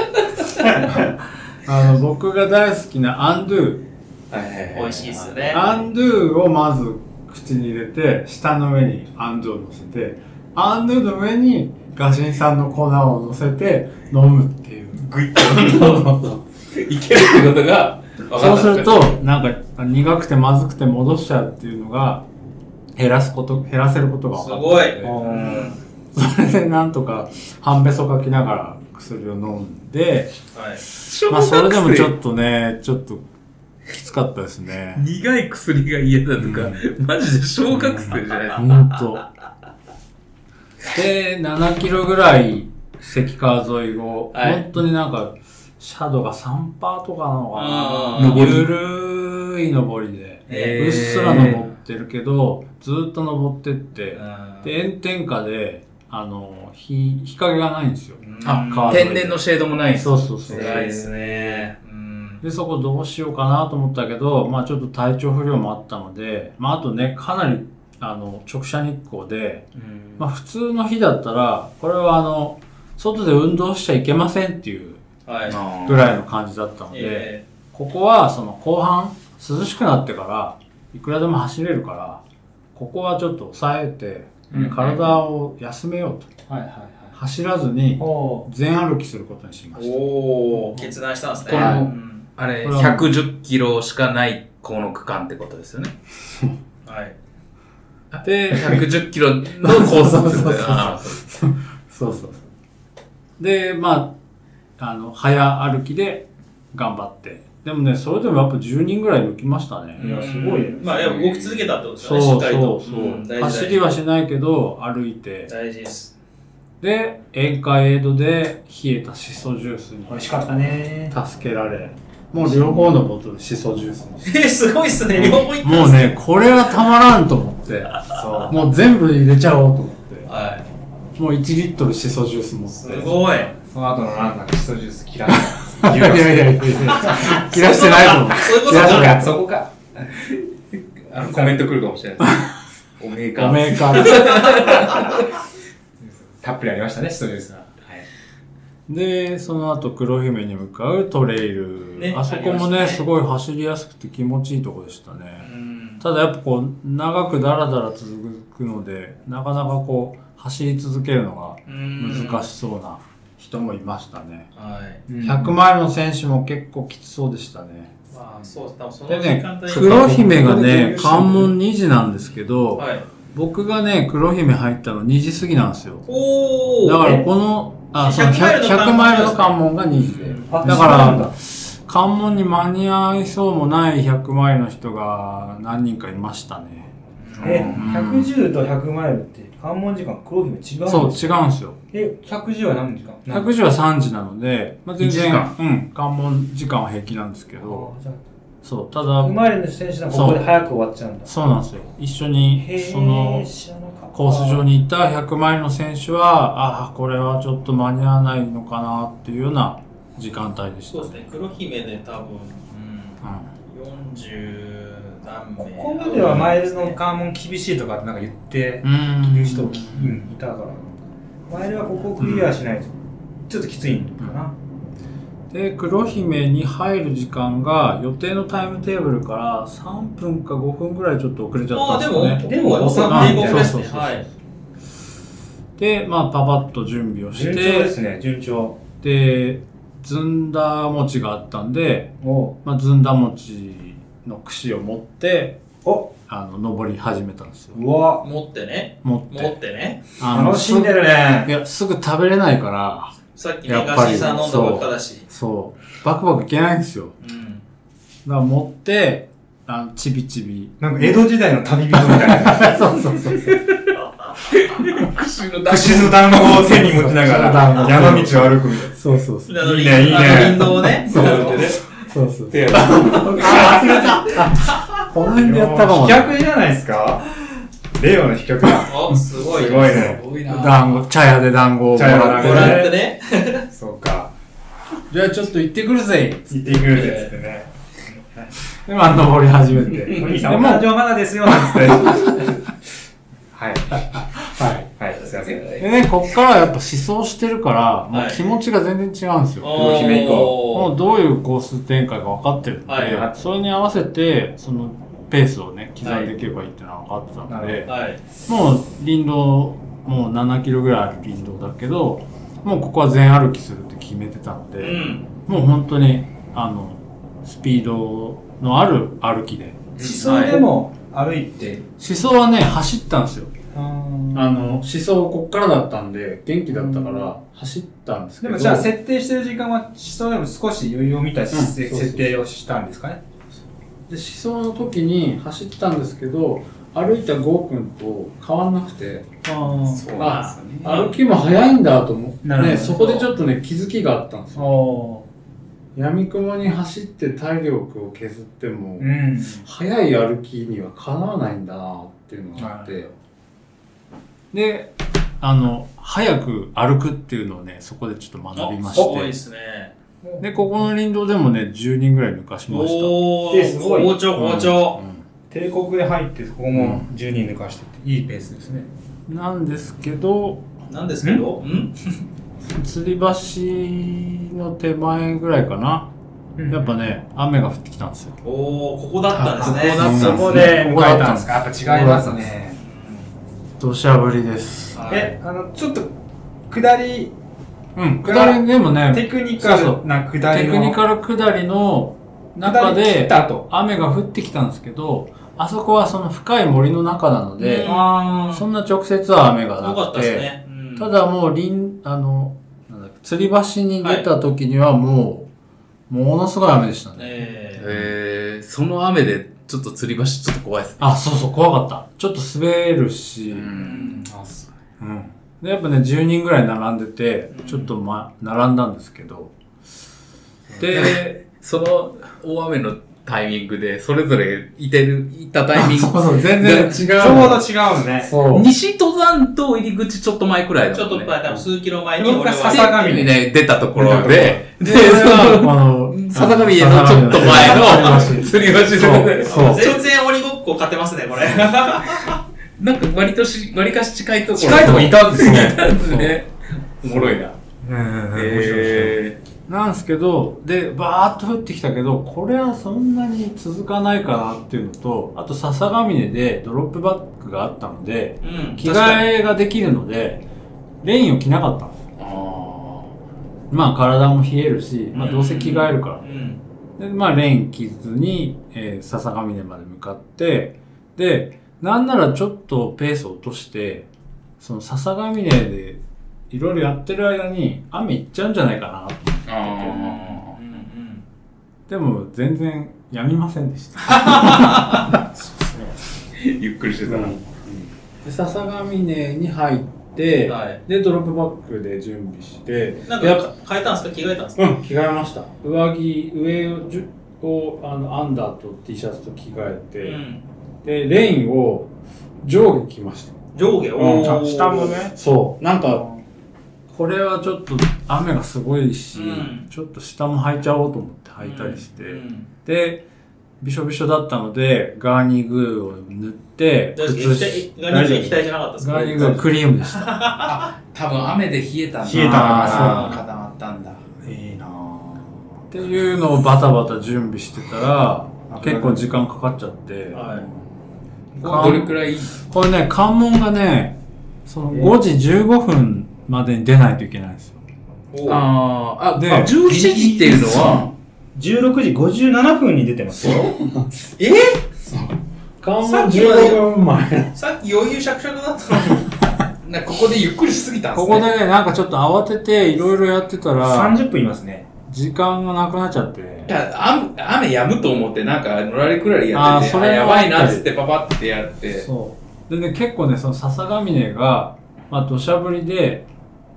あの、僕が大好きなアンドゥ。美味しいっすね。アンドゥをまず口に入れて舌の上にアンドゥを乗せてアンドゥの上にガシン酸の粉を乗せて飲むっていうグイッといけるってことが分かったそんうですよるとなんか苦くてまずくて戻しちゃうっていうのが減らすこと減らせることがす分かごい。う。うんったそれでなんとか半べそかきながら薬を飲んではいまあそれでもちょっとねちょっときつかったですね苦い薬が嫌だとか、マジで小学生じゃないですか。ほんと。で、7キロぐらい、関川沿いを、はい本当になんか、シャドウが3パーとかなのかうな。んゆるい登りで、へうっすら登ってるけど、ずーっと登ってって、で、炎天下で、あの、日、日陰がないんですよ。あ川沿いで天然のシェードもないです。そうそうそう。偉いですね。うん。で、そこどうしようかなと思ったけど、まあちょっと体調不良もあったので、まああとね、かなり、あの、直射日光で、まあ普通の日だったら、これはあの、外で運動しちゃいけませんっていうはい。ぐらいの感じだったので、えここはその後半涼しくなってから、いくらでも走れるから、ここはちょっと抑えてうん、体を休めようと。はいはいはい。走らずに、ほ全歩きすることにしまーした。おー、決断したんですね。これもうんあれ、110キロしかないこの区間ってことですよね。はい。で、 110キロのコースですよね。あそうそうそう。で、まあ、あの、早歩きで頑張って。でもね、それでもやっぱ10人ぐらい抜きましたね。いやすごいねまあ、やっぱ動き続けたってことですよそうね、しっかりそと。うそう、ん大事走大り事。はしないけど歩いて大事です。で宴会エイドで冷えたシソジュースにう。美味しかったね。助けられもう両方のボトルシソジュースにしえー、すごいっすね、両方いってたんもでうすね。ねこれはたまらんと思ってそもう全部入れちゃおうと思っはてもう1リットルシソジュース持い。っすてごい。う。その後のランナーがシソジュース切らない。いやいやい やいや切らして ないと思うそういうこと切らしてなか。いそこか。 あのコメント来るかもしれないですおめえ かおめえからたっぷりありましたね、シソジュースが。でその後黒姫に向かうトレイル、ねあそこもありましたねねすごい走りやすくて気持ちいいとこでしたね、うんただやっぱこう長くだらだら続くのでなかなかこう走り続けるのがうん難しそうな人もいましたね、はい。 100マイルの選手も結構きつそうでしたねまあ、そう、多分そので時ね間帯黒姫がね関門2時なんですけど、はい。僕がね黒姫入ったの2時過ぎなんですよおー。だからこのあその100 100, 100マイルの関門が2時でだから関門に間に合いそうもない100マイルの人が何人かいましたねえ、110と100マイルって関門時間黒姫違うんですかそう違うんですよえ、110は何時間110は3時なので、まあ、全然1時間うん、関門時間は平気なんですけどあじゃそうたあだ100マイルの選手なんかここで早く終わっちゃうんだ。そうなんですよ一緒にへその知らなかったコース上にいた100マイルの選手はああこれはちょっと間に合わないのかなっていうような時間帯でしたそうですね、黒姫で多分、うんうん、40何名。ここまではマイルズの関門厳しいとかってなんか言ってうんる人、うん、いたからマイルはここをクリアしないとちょっときついのかな、で黒姫に入る時間が予定のタイムテーブルから3分か5分ぐらいちょっと遅れちゃったああ、んでですも、よねでも、収まって英語そうでそすうね。そうはい。でまあパパッと準備をし順調でてすね順調でずんだ餅があったんで、おまあ、ずんだ餅の串を持っておあの登り始めたんですようわ持ってね、持って持ってね。あの楽しんでするいねやすぐ食べれないからさっきね、やっぱりガシーさん飲んだばっかだし。そうバクバクいけないんですようん。だから持ってあのちびちびなんか江戸時代の旅人みたい な。そうそうそう串の団子を手に持ちながそうそうら、山道を歩くみたいな。そうそうそうあのいいねいいあねの林道をね。そうあのそうそう手をあ忘れたこの辺でやったか飛も脚じゃないですか令和の飛脚だ。お、すごい。すごいね。多い 団子茶屋で団子をも茶屋でら団っ子てご覧ってね。そうか。じゃあちょっと行ってくるぜ行ってくるぜ、つってね。でまあ登り始めてお兄さん、でおも誕生まだですよ、なんつって。はい。はいはい、すいません。でねこっからはやっぱ思想してるからもうはい気持ちが全然違うんですよ、お姫行もこうどういうコース展開か分かってるんで、はいはそれに合わせてそのペースをね刻んでいけばいいっていうのは分かってたので、はい。もう林道もう7キロぐらいある林道だけどもうここは全歩きするって決めてたので、うん。もう本当にあのスピードのある歩きで思想でも歩いて思想はね走ったんですよあーあの思想こっからだったんで元気だったから走ったんですけでどもじゃあ設定してる時間は思想でも少し余裕を見たせうんそうそう設定をしたんですかねで思想の時に走ったんですけど歩いたゴーくんと変わんなくてそうなんですよね。歩きも速いんだと思う、なるほどね、そこでちょっとね気づきがあったんですよお闇雲に走って体力を削っても、うん速い歩きにはかなわないんだなっていうのがあって、であの早く歩くっていうのをねそこでちょっと学びまあすごいでしてすね。でここの林道でもね10人ぐらい抜かしましたおえすー、ごい好調、好調。帝国へ入ってここも10人抜かしてっていいペースですねうんなんですけどなんですけど、うん吊り橋の手前ぐらいかな、やっぱね雨が降ってきたんですよおー、ここだったんですね。こだったそこで迎えたんですかやっぱ違いますここだったんでね。土砂降りですはいえあのちょっと下りうん下りでもねテクニカルな下りテのクニカル下りの中下り切っでた後雨が降ってきたんですけどあそこはその深い森の中なので、あそんな直接は雨がよかなっくたでてすね。うんた、だもう林あのなんだっけ吊り橋に出た時にはもう、ものすごい雨でしたねえーえー、その雨で、ちょっと吊り橋ちょっと怖いですね。あそうそう怖かったちょっと滑るし、うんうんでやっぱね10人ぐらい並んでてちょっと、ま、並んだんですけどでその大雨のタイミングで、それぞれいてる、いたタイミンそうグ。そう全然違うちょちょうど違うねそう西登山と入り口ちょっと前くらいだちょっと、ね。まあ、多分数キロ前に俺僕がは笹上でにね、出たところで、で、でその、あの佐々木家のちょっと前の吊り橋で、そうそう全然鬼ごっこ勝てますね、これ。なんか割とし、割かし近いところ。近いとこいたんですねたんですね。おもろいな。えなんですけどでバーッと降ってきたけどこれはそんなに続かないかなっていうのとあと笹ヶ峰でドロップバックがあったのでうん着替えができるのでレインを着なかったんですよー。あまあ体も冷えるし、まあ、どうせ着替えるからう、ん。でまあレイン着ずに、えー笹ヶ峰まで向かってでなんならちょっとペースを落としてその笹ヶ峰でいろいろやってる間に雨いっちゃうんじゃないかなと思ってーあうんうん。でも全然やみませんでしたー。ゆっくりしてたな。で笹ヶ峰に入って、はいでドロップバックで準備してなんやっか変えたんですか着替えたんですかうん着替えました上着上をじゅをあのアンダーと T シャツと着替えうて、ん。でレインを上下着ました上下を、うんあ下も。ね。そうなんかこれはちょっと雨がすごいし、うんちょっと下も履いちゃおうと思って履いたりして、うんで、びしょびしょだったので、ガーニグーを塗って、大丈夫靴液下体ガニ液体じゃなかったですかガーニグーはクリームでした。多分雨で冷えたんだ冷えたなあー固まったんだいいなぁっていうのをバタバタ準備してたら、結構時間かかっちゃって、はいあどれくらいこれね、関門がね、その5時15分までに出ないといけないんですよ。おうあーあであ17時っていうのは16時57分に出てますよ。え関門さっきまで15分前。さっき余裕しゃくしゃくだったのに なんかここでゆっくりしすぎたんでこすこねでね、なんかちょっと慌てていろいろやってたら、 30分いますね。時間がなくなっちゃって。いや雨雨やむと思ってなんかのられくらいやっあーててそあれはやばいなっつってパパってやってそう。でね、結構ね、その笹ヶ峰が、まあ、土砂降りで、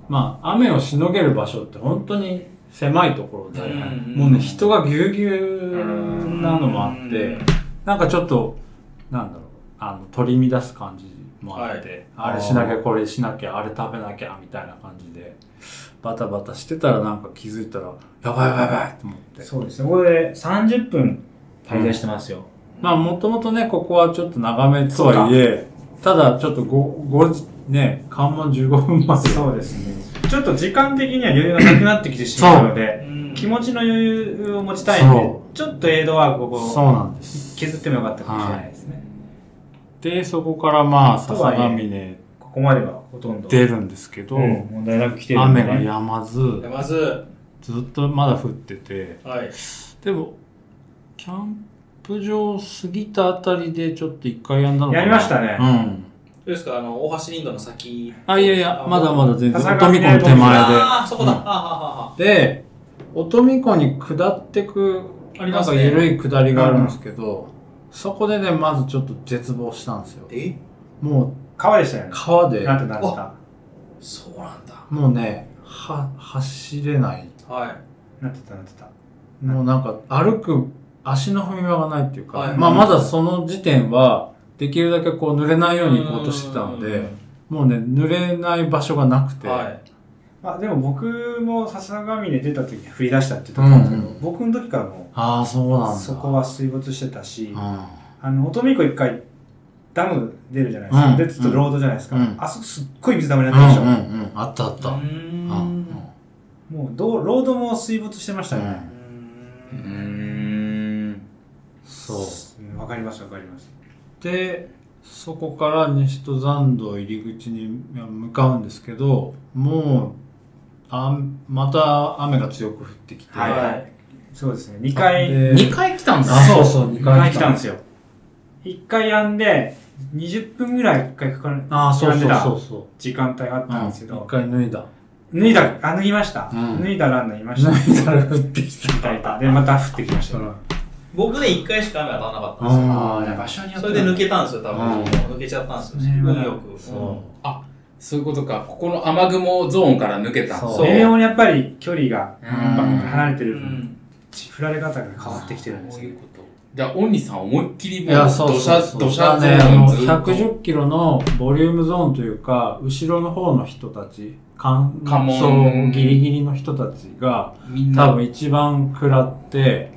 まあ、雨をしのげる場所って本当に狭いところで、うんもうね、人がぎゅうぎゅうなのもあって、なんかちょっと、なんだろう、あの、取り乱す感じもあって、あれしなきゃ、これしなきゃ、あれ食べなきゃ、みたいな感じで、バタバタしてたらなんか気づいたら、やばいやばいやばいと思って。そうですね。これで30分滞在してますよ。まあもともとね、ここはちょっと長めとはいえ、ただちょっとご、ご、ね、関門15分まで。そうですね。ちょっと時間的には余裕がなくなってきてしまうので、うん気持ちの余裕を持ちたいんでそ、ちょっとエイドワークをこそうなんです。う削ってもよかったかもしれないですね。で、そこからまあ、と笹はいえヶ峰ここまではほとんど。出るんですけど、うん問題なく来てるんで雨ねが止まず、まずずっとまだ降ってて、はいでも、キャンプ場過ぎたあたりでちょっと一回やんだのかな。やりましたねうん。どうですかあの大橋林道の先あ、いやいや、まだまだ全然、笹飛ヶび峰込む手前で。ああそこだ、うんあああで、音見湖に下ってく、ありますなんねか緩い下りがあるんですけど、そこでね、まずちょっと絶望したんですよ。えも川でしたようね。川で、なんてなんですかそうなんだもうね、は、走れない。はいなんて言ったなんて言ったもうなんか歩く足の踏み場がないっていうか、はいまあまだその時点は、できるだけこう濡れないように行こうとしてたので、もうね、濡れない場所がなくて、はいあでも僕も笹ヶ峰出た時に降り出したって言ってたんですけど、う僕の時からもああ、そうなんだ。うそこは水没してたし、うん、ああの、乙女湖一回ダム出るじゃないですか。うんで、ちょっとロードじゃないですか。うんあそこすっごい水溜まりうにんなってたでしうんうん、あったあった。うーうんんうんょ。もうどう、ロードも水没してましたよね。うーんそう。うんわ、かりますわかります。でそこから西登山道入り口に向かうんですけどもうあまた雨が強く降ってきて、はい、はい。そうですね。2回、で2回来たんですあそうそう2 2回回来来たたんですよ。1回やんで、20分ぐらい1回かかるあそうそうやんそでうそ時間帯があっう、うたんん、ですけ一ど、回脱いだ脱いだ、あ、脱ぎました。うん脱いだランナーいま した。脱いだら降ってきたいたで、また降ってきました。僕ね1回しか雨当たらなかったんですよああやばい場所によっそてれで抜けたんですよ多分、うん抜けちゃったんですよ運よくそそういうことかここの雨雲ゾーンから抜けたそうう微妙にやっぱり距離がう離れてうる分、ん振られ方が変わってきてるんですそうよいうことじゃあオンリさん思いっきりういもうやそう土そう砂そう土砂ゾねあーンのずっと110キロのボリュームゾーンというか後ろの方の人たち関関門そうギリギリの人たちがみん多な分一番食らって、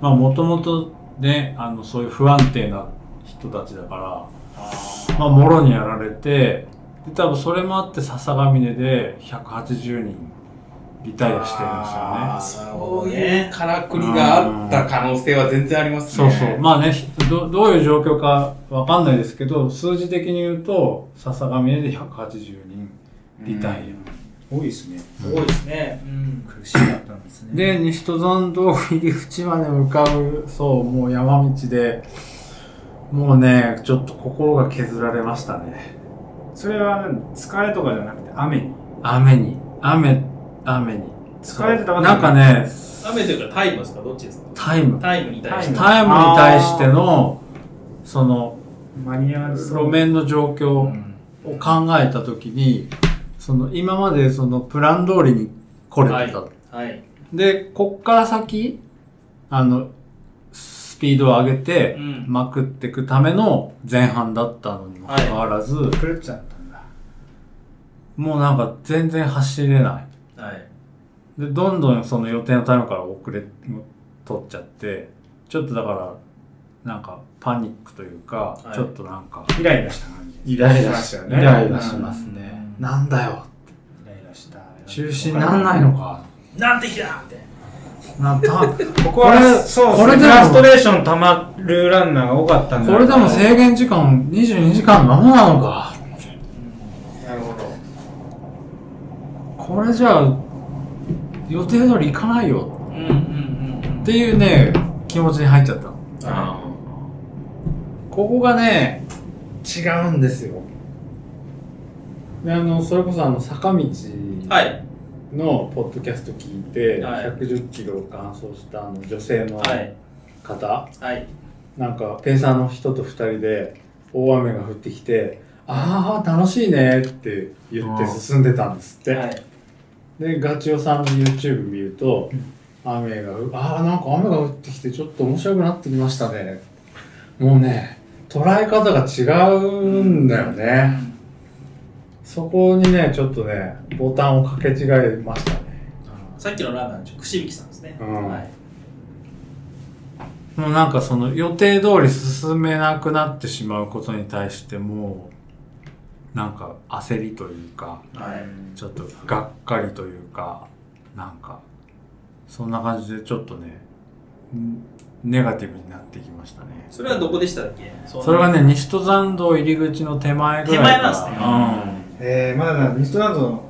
まあもともとね、あの、そういう不安定な人たちだから、まあもろにやられて、で、多分それもあって笹ヶ峰で180人リタイアしてるんーなるほどそういねうからくりがあった可能性は全然ありますですよねね。そうそう。まあね、ひどどういう状況かわかんないですけど、数字的に言うと、笹ヶ峰で180人リタイ多いですね。多いですねうん苦しかったんですア。で、西登山道入り口まで向かう、そう、もう山道で、もうね、ちょっと心が削られましたね。それは何疲れとかじゃなくて雨に。雨に雨雨に疲れてたわけなんかね雨というかタイムですかどっちですかタイムタイムに対してタイムに対してのその間に合わず。路面の状況を考えた時にその今までそのプラン通りに来れてた、はいでこっから先あのスピードを上げてうんまくっていくための前半だったのにもかかわらず、狂っちゃったんだ。もうなんか全然走れない。はい。で、どんどんその予定のタイムから遅れ、取っちゃって、ちょっとだから、なんかパニックというか、はいちょっとなんか、イライラした感じ。イラしイラしまますすよねね。イライラしますね。なんだよ。イライラした。中止になんないのか。なんて日だみたいな。なんたこここはこれそうですこね。れフでもラストレーション溜まるランナーが多かったんだれでも制限時間22時間のままなのか。なるほど。これじゃあ、予定通り行かないようんうんうん。っていうね、気持ちに入っちゃったの。あここがね、違うんですよ。であの、それこそあの、坂道はい。のポッドキャスト聞いて、はい110キロを完走したあの女性のはい。方、はい。なんか、ペーサーの人と二人で、大雨が降ってきて、ああ、楽しいねって言って進んでたんですって。はい。で、ガチオさんの YouTube 見ると、雨がう、ああ、なんか雨が降ってきて、ちょっと面白くなってきましたね。もうね、捉え方が違うんだよね。そこにね、ちょっとね、ボタンをかけ違えましたね。さっきのランナーの串引きさんですね。うんはい。もうなんかその予定通り進めなくなってしまうことに対してもう、なんか焦りというか、はい。ちょっとがっかりというか、なんか、そんな感じでちょっとね、んネガティブになってきましたね。それはどこでしたっけそれが、ね、西登山道入り口の手前ぐらいから。手前なんですねえー、まだミストランドの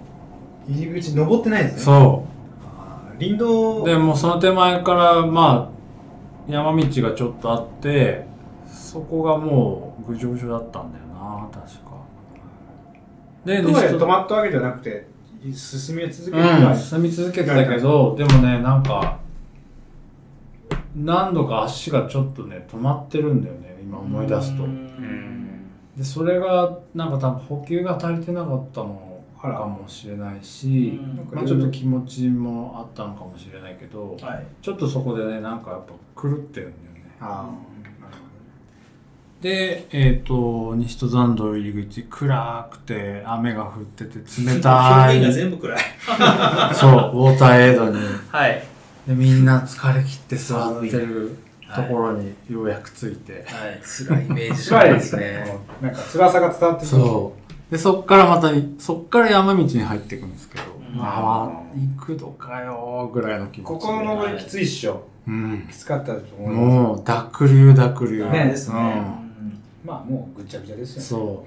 入り口登ってないでうん。すね。そあー林道う。で、もうその手前から、まあ、山道がちょっとあって、そこがもう、ぐじょぐじょだったんだよな、確か。で、とかで止ままったわけじゃなくて、進み続けてうん、進み続けてたけど、でもね、なんか、何度か足がちょっとね、止まってるんだよね、今思い出すとう。うんん。で、それが、なんか多分補給が足りてなかったのあからもしれないし、まあ、ちょっと気持ちもあったのかもしれないけど、はい。ちょっとそこでね、なんかやっぱ狂ってるんだよね。あで、えっ、と、西登山道入り口、暗くて、雨が降ってて、冷た表現がい。全部暗い。そう、ウォーターエイドに。はい。で、みんな疲れ切って座ってるとはいころにようやく着いて。はい。辛いイメージしか辛ないでいですすねね。。なんか辛さが伝わってくる。そう。で、そっからまた、そっから山道に入っていくんですけど、んああ、幾度かよーぐらいの気持ちこで。この登りきついっしょ。うん。きつかったと思います。もう、濁流濁流。ねですね。まあもうぐっちゃぐちゃですよね。そ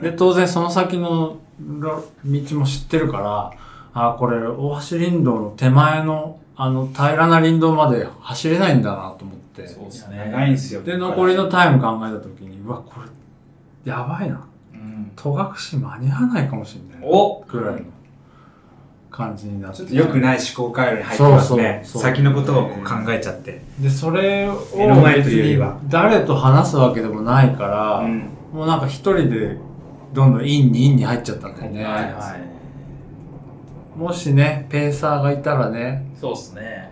う。で、当然その先のろ道も知ってるから、あーこれ、大橋林道の手前の、あの、平らな林道まで走れないんだなと思って。そうですいや長いんね。ですよ。で、残りのタイム考えた時に、うわ、これ、やばいな。うん戸隠間に合わないかもしれない。おぐらいの感じになっちてょっ。と良くない思考回路に入ってますね。そうそうそう先のことをこう考えちゃって。で、それを目の前というよりは別に誰と話すわけでもないから、うんもうなんか一人でどんどんインにインに入っちゃったんだよね。はいはい。もしね、ペーサーがいたらね、そうですね。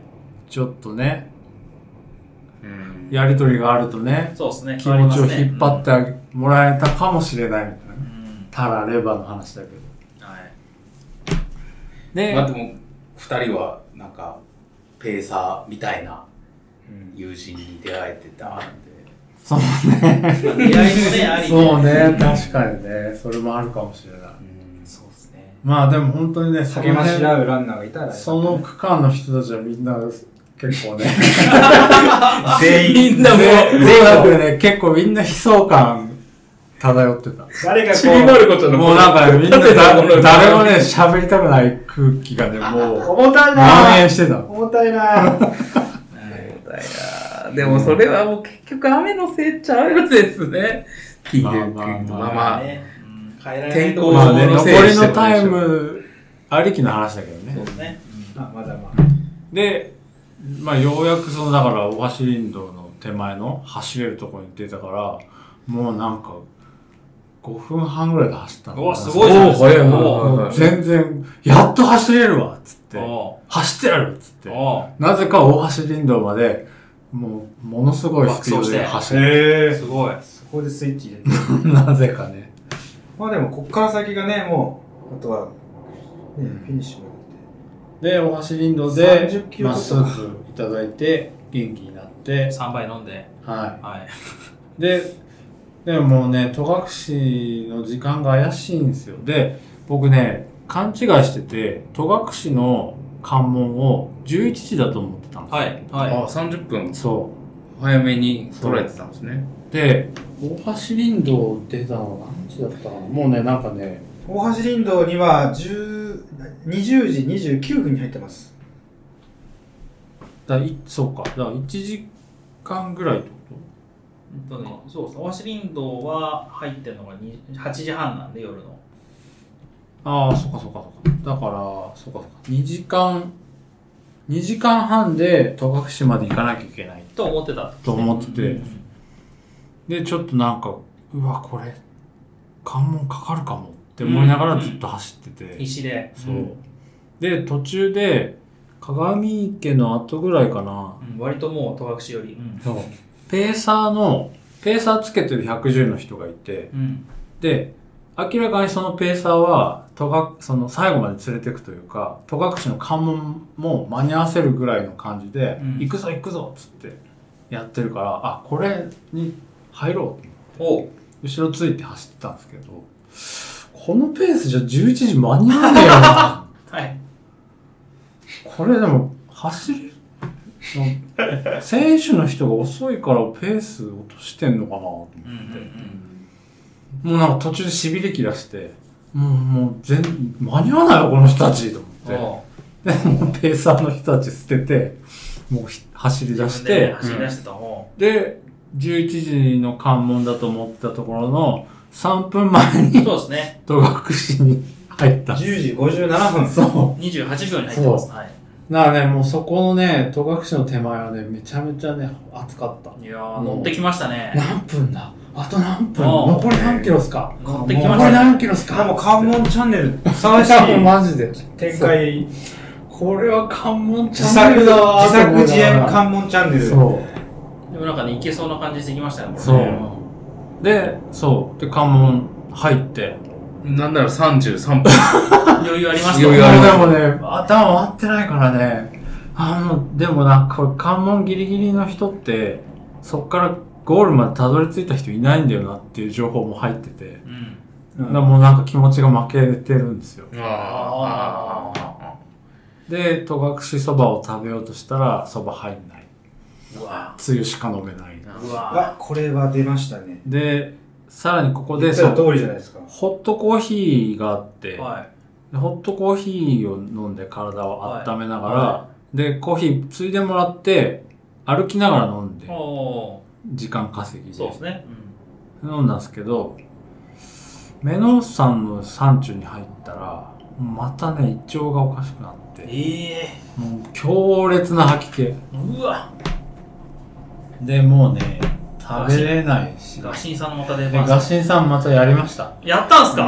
ちょっとね、うん。やりとりがあるとね、そうですね。気持ちを引っ張ってあげもらえたかもしれないみたいなうね。ん。たらレバーの話だけど。はい。で、まあでも、二人は、なんか、ペーサーみたいなうん友人に出会えてたんで。そうね。出会いもね、あり。そうね、確かにね、それもあるかもしれない。うんそうですね。まあでも本当にね、そ励のまし辺合うランナーがいたら、その区間の人たちはみんな結構ね、全員、みんなもう、全国ね、結構みんな悲壮感漂ってた。誰かこちびまる子ちゃんのもうなんかみんな縦のこのだ誰もね、 喋りたくない空気がね、もうう、、重たい蔓延なしてた。重たいなでもそれはもう結局雨のせいっちゃ雨のせいですね。聞いてるまあまあまあまあまあまあ。ね。うん変えられない天と候こまあろね、の残せいにりしてのもタイムありきの話だけどね。ですね。まあまだまで、まあようやくその、だから、大橋林道の手前の走れるところに出たから、もうなんか、5分半ぐらいで走ったうのわ、すごいじゃないですか。おー早いなおーもう全然、やっと走れるわっつって、お走ってやるっつってー、おなぜか大橋林道まで、もう、ものすごいスピードで走る。ーすごい。あ、そこでスイッチ入れて。なぜかね。まあでも、こっから先がね、もう、あとは、ね、フィニッシュもで、大橋林道で30、キロまあ、とかスープいただいて、元気になって、 3杯飲んで、ははい。い。で、でももうね、戸隠の時間が怪しいんですよ。で、僕ね、勘違いしてて、戸隠の関門を11時だと思ってたんですよ。はい。はあ、30分そ早めに捉えてたんですね。う。で、大橋林道出たの何時だったかなもうね、なんかね、大橋林道には10 20時29分に入ってます。だいそうか、だから1時間ぐらいってこい。うんとね、そうです。大橋林道は入ってるのがに8時半なんで、夜の。とああ、そっかそっかそっか。だから、そっかそっか。2時間、2時間半で戸隠まで行かなきゃいけない。と思ってた。と思っててうんで、ちょっとなんか、うわ、これ、関門かかるかもって思いながらずっと走ってて。必死で。そう。で、途中で、鏡池の後ぐらいかな。うん割ともう戸隠より。うんそう。ペーサーの、ペーサーつけてる110の人がいて、うん。で、明らかにそのペーサーは、戸隠その最後まで連れていくというか、戸隠の関門も間に合わせるぐらいの感じで、うん行くぞ行くぞっつってやってるから、あ、これに入ろうっておう後ろついて走ってたんですけど、このペースじゃ11時間に合わねえよ な。はい。これでも、走る、選手の人が遅いからペース落としてんのかなと思ってうんうんうん。もうなんか途中で痺れ切らして、もう、もう全、間に合わないよ、この人たちと思っおうて。で、もうペーサーの人たち捨てて、もうひ走り出し自分でて、走り出してた。おで、11時の関門だと思ってたところの、3分前うにそうですね。戸隠市に入った。 10時57分。そ28秒に入ってます。はい。う。だからね、もうそこのね、戸隠の手前はね、めちゃめちゃね、暑かった。いやー、乗ってきましたね。何分だあと何分ああ残り何キロっすか乗ってきま残しりたね。何キロっすしかかも関門チャンネル、ふさもわうしいマジで。展開。これは関門チ自ャ作、ンネル自だわ作自演門関門チャンネル。でそもなんかね、いけそうな感じしてきましたね、こうれ。そうでそうで関門入ってなんなら33分。余裕ありました余で裕あるもね頭回ってないからねあのでもなこれ関門ギリギリの人ってそっからゴールまでたどり着いた人いないんだよなっていう情報も入ってて、うん。うんだからもうなんか気持ちが負けてるんですよああ。で戸隠そばを食べようとしたらそば入んないうわつゆしか飲めないうわあ、これは出ましたね。でさらにここで言った通りじゃないですか。ホットコーヒーがあって、はでホットコーヒーを飲んで体を温めながら、はで、コーヒーついでもらって、歩きながら飲んでい。、お時間稼ぎーそうでですね。飲んだんですけど、メノン山の山中に入ったら、またね、胃腸がおかしくなっうんて、ええもう強烈な吐き気。ー。うわで、もうね、食べれないし。ガシンさんのまた出で、番。ガシンさんまたやりました。やったんすか、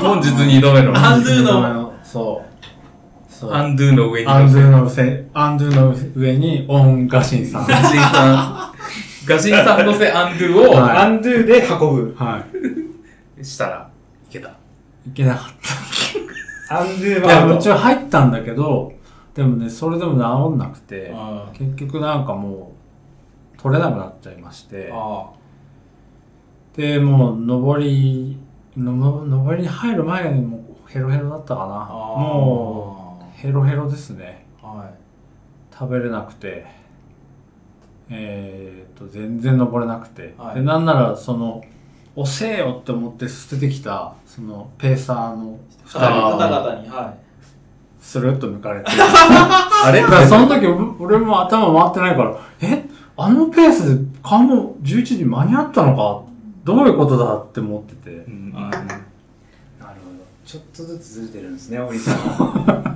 本日2度目 の。アンドゥの。そう。そう。アンドゥの上にアンドゥの。のせ、アンドゥの上にオンガシンさん。ガシンさん。ガシンさんのせアンドゥをアンドゥで運ぶ。はしたら、いけた。い。いけなかっアンドゥた。いや、はもちろん入ったんだけど、でもね、それでも治んなくて、あ結局なんかもう、取れなくなっちゃいまして、あで、もう、上り、のの上りに入る前にもうヘロヘロだったかな。あもう、ヘロヘロですね。うはい食べれなくて、えー、っと、全然登れなくて、はいで、なんなら、その、押せよって思って捨ててきた、その、ペーサーの二人方々にはスルッと抜かれ て。あれだからその時、俺も頭回ってないから、えあのペースで関門11時に間に合ったのかどういうことだって思っててう。んなるほど。ちょっとずつずれてるんですね、おりさん。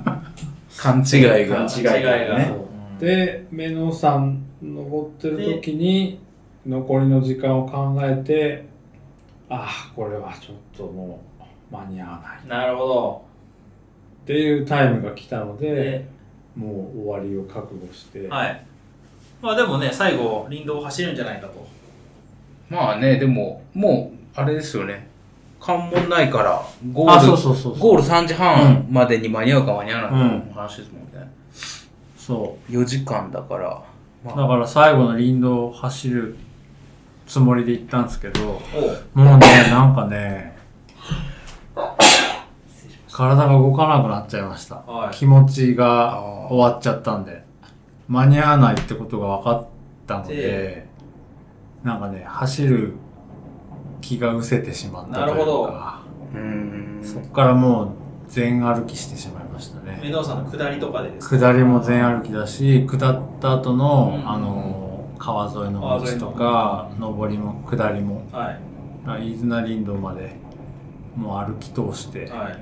勘違いが。い違いがねでで、メノさん登ってる時に、残りの時間を考えて、ああ、これはちょっともう間に合わない。っなるほどていうタイムが来たので、でもう終わりを覚悟して。はいまあでもね最後林道を走るんじゃないかとまあね、でも、もう、あれですよね。関門ないから、ゴあ、ール、そうそうそうそう。ゴール3時半までに間に合うか間に合わないかの話ですもんね。そ4時間だから、う。だから最後の林道を走るつもりで行ったんですけど、おうもうね、なんかね、体が動かなくなっちゃいました。はい気持ちが終わっちゃったんで、間に合わないってことが分かったのでで、なんかね、走る気が失せてしまっなたというるほかど、うーん。そこからもう全歩きしてしまいましたメね。ドウさんの下りとかでですね下りも全歩きだし、下った後の、うんあの、川沿いの道とか、上りも下りも、はい飯綱林道までもう歩き通して、はい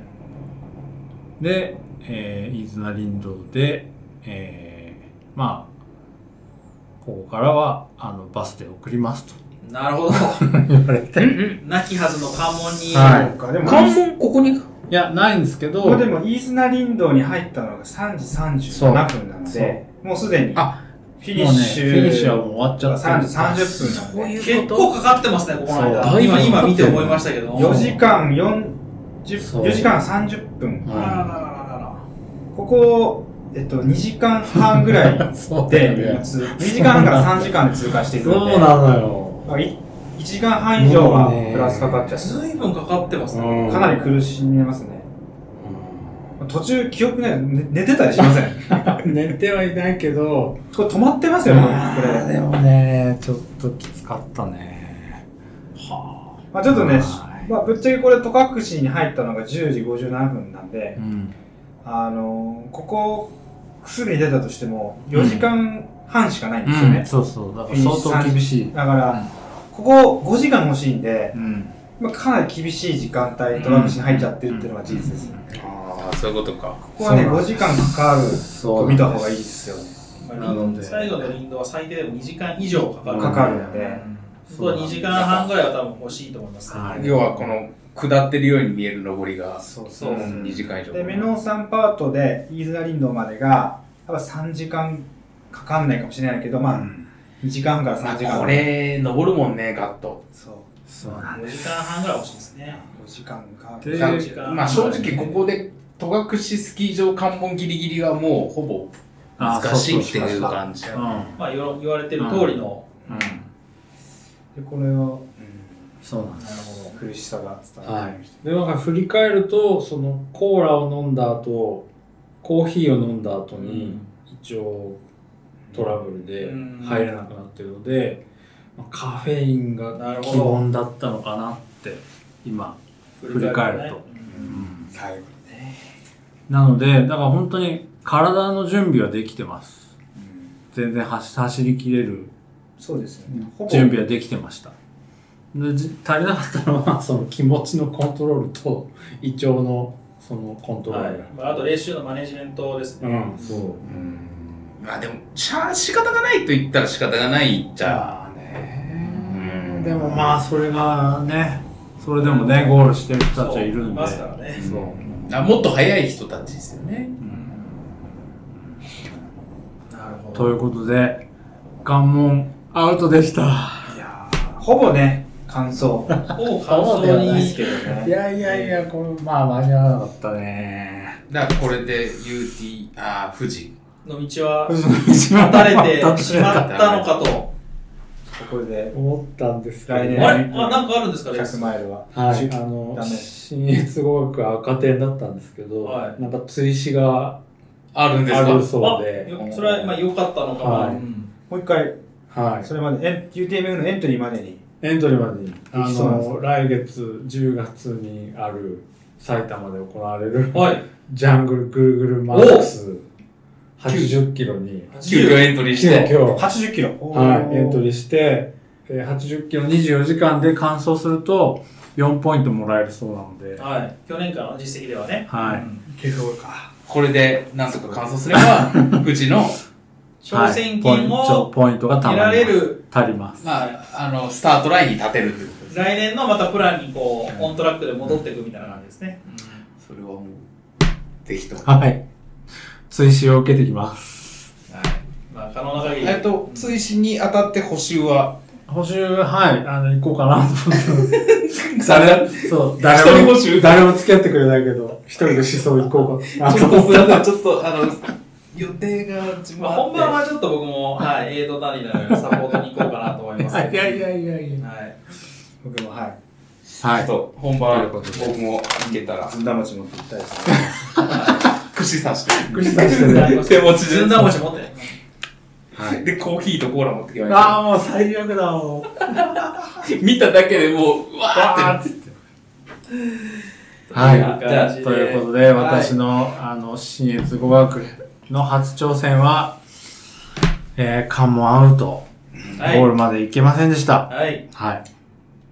で、えー、飯綱林道で、えー、まあ、ここからは、あの、バスで送りますとなるほど 言われて。いなきはずの関門に、はいそうかでも関門ここにや、ないんですけど、まあでも、飯綱林道に入ったのが3時37分なので、もうすでに、あフィニッもうねシュ、フィニッシュはもう終わっちゃった3時30分なので、いう結構かかってますね、ここのそ間。う今、今見て思いましたけども。 4時間40、そう4時間30分。あららららここ、えっと、2時間半ぐらいで、 そうだよ2ね。時間半から3時間で通過していくそうので、なのよ。 1時間半以上はプラスかかっら。ちゃう。ずいぶんかかってますね。かなり苦しみますね。途中、記憶ね、寝寝てたりしません。 寝てはいないけど、これ止まってますよね、これ。でもね、ちょっときつかったね。まあ、ちょっとはねい、まあ、ぶっちゃけこれ、戸隠に入ったのが10時57分なんでう、ん。あのーここ、すぐに出たとしても、4時間半しかないんですようんね。そうそう。だから相当厳しい。だから、うんここ5時間欲しいんで、うん。まあ、かなり厳しい時間帯、戸隠に入っちゃってるっていうのが事実です。ああ、そういうことか。ここはね、そうなん5時間かかるそとう。見た方がいいですよね。まあなので最後の林道は最低でも2時間以上かかる。かかるんで。本当は2時間半ぐらいは多分欲しいと思いますね。はい要はこの、下ってるように見える上りが、そうそううん2時間以上。で、メノンさんパートで、飯綱林道までが、多分3時間かかんないかもしれないけど、まあ、2時間半から3時間これ、登るもんね、ガッと。そうそう5時間半ぐらい欲しいですね。 4時間かで3時間まあ正直ここで、戸隠スキー場関門ギリギリはもうほぼあ難しいっていう感じ。そうそうそうまあ言わ言われてる通りの、うん。うん。でこれは、そうなんです。なるほど苦しさが伝わってきましでなんか振り返るとそのコーラを飲んだ後コーヒーを飲んだ後に一応トラブルでうん入れなくなってるので、まあカフェインながるほ基ど本だったのかなって今、振り返るとね。た最後にねなのでだから本当に体の準備はできてます全然走走り切れるそうですよねほぼ準備はできてましたでじ足りなかったのは その気持ちのコントロールと胃腸のそのコントロははいいまあ、あと練習のマネジメントですね。うんそううんまあでも、しゃ仕方がないと言ったら仕方がないじゃあうねんでもまあそれがねそれでもねゴールしてる人たちはいるんでますからね。そうあもっと早い人たちですよね。なるほということで関門アウトでしたいやーほぼね感想を感想に。けどねやいやいやこれまあ間に合わなかったね だからこれで UT、あー富士。の道は断打た れてしまったのかと。これで思ったんですけど来年あれあ、なんかあるんですかレー100スマイルは はい、あ10のダメ信越語学赤点だったんですけど、はいなんか追試があるんですあかるそうであよそれはまあ良かったのかな。はいうんもう一回はい、それまでエン UTMF のエントリーまでにエントリーまでに、あきそうなんですの、来月10月にある埼玉で行われ る、はい。ジャングルぐるぐるマックス80キロに、急遽エントリーし急て。遽、 80キロはい、エントーリーして、えー80キロ24時間で完走すると4ポイントもらえるそうなので、はい。去年からの実績ではね。はいうんキロかこれでなんとか完走すれ ば、富士の、挑戦はいポイン権トをポイントがた得まらりれまする、足りますまあ、あの、スタートラインに立てるってことです。来年のまたプランにこう、オントラックで戻っていくみたいな感じですね。それはもう、ぜひとも。ははい追試を受けてきますい。まあ、可能な限り。えっと、追試に当たって補修は補修、はい、あの、行こうかなと思って。誰そう、一 誰人も、募集誰も付き合ってくれないけど、一人で思想行こうか。あちょっとすいません、ちょっと、あの、予定が自分まあ、本番はちょっと僕も、はい、エイド谷なのでサポートに行こうかなと思います。 いやいやいやいや。はい。僕もはい。ちょっと本番、僕も行けたら、ずんだ餅持って行きたいですね。串刺して。串刺してね。手持ちでずんだ餅持ってね。で、コーヒーとコーラ持ってきました。ああ、もう最悪だ、もう。見ただけでもう、うわーわーっ。ってはい。じゃあということで、私の、あの、新越語学の初挑戦は、えー、関門アウト、はいゴールまで行けませんでした。はい。はい。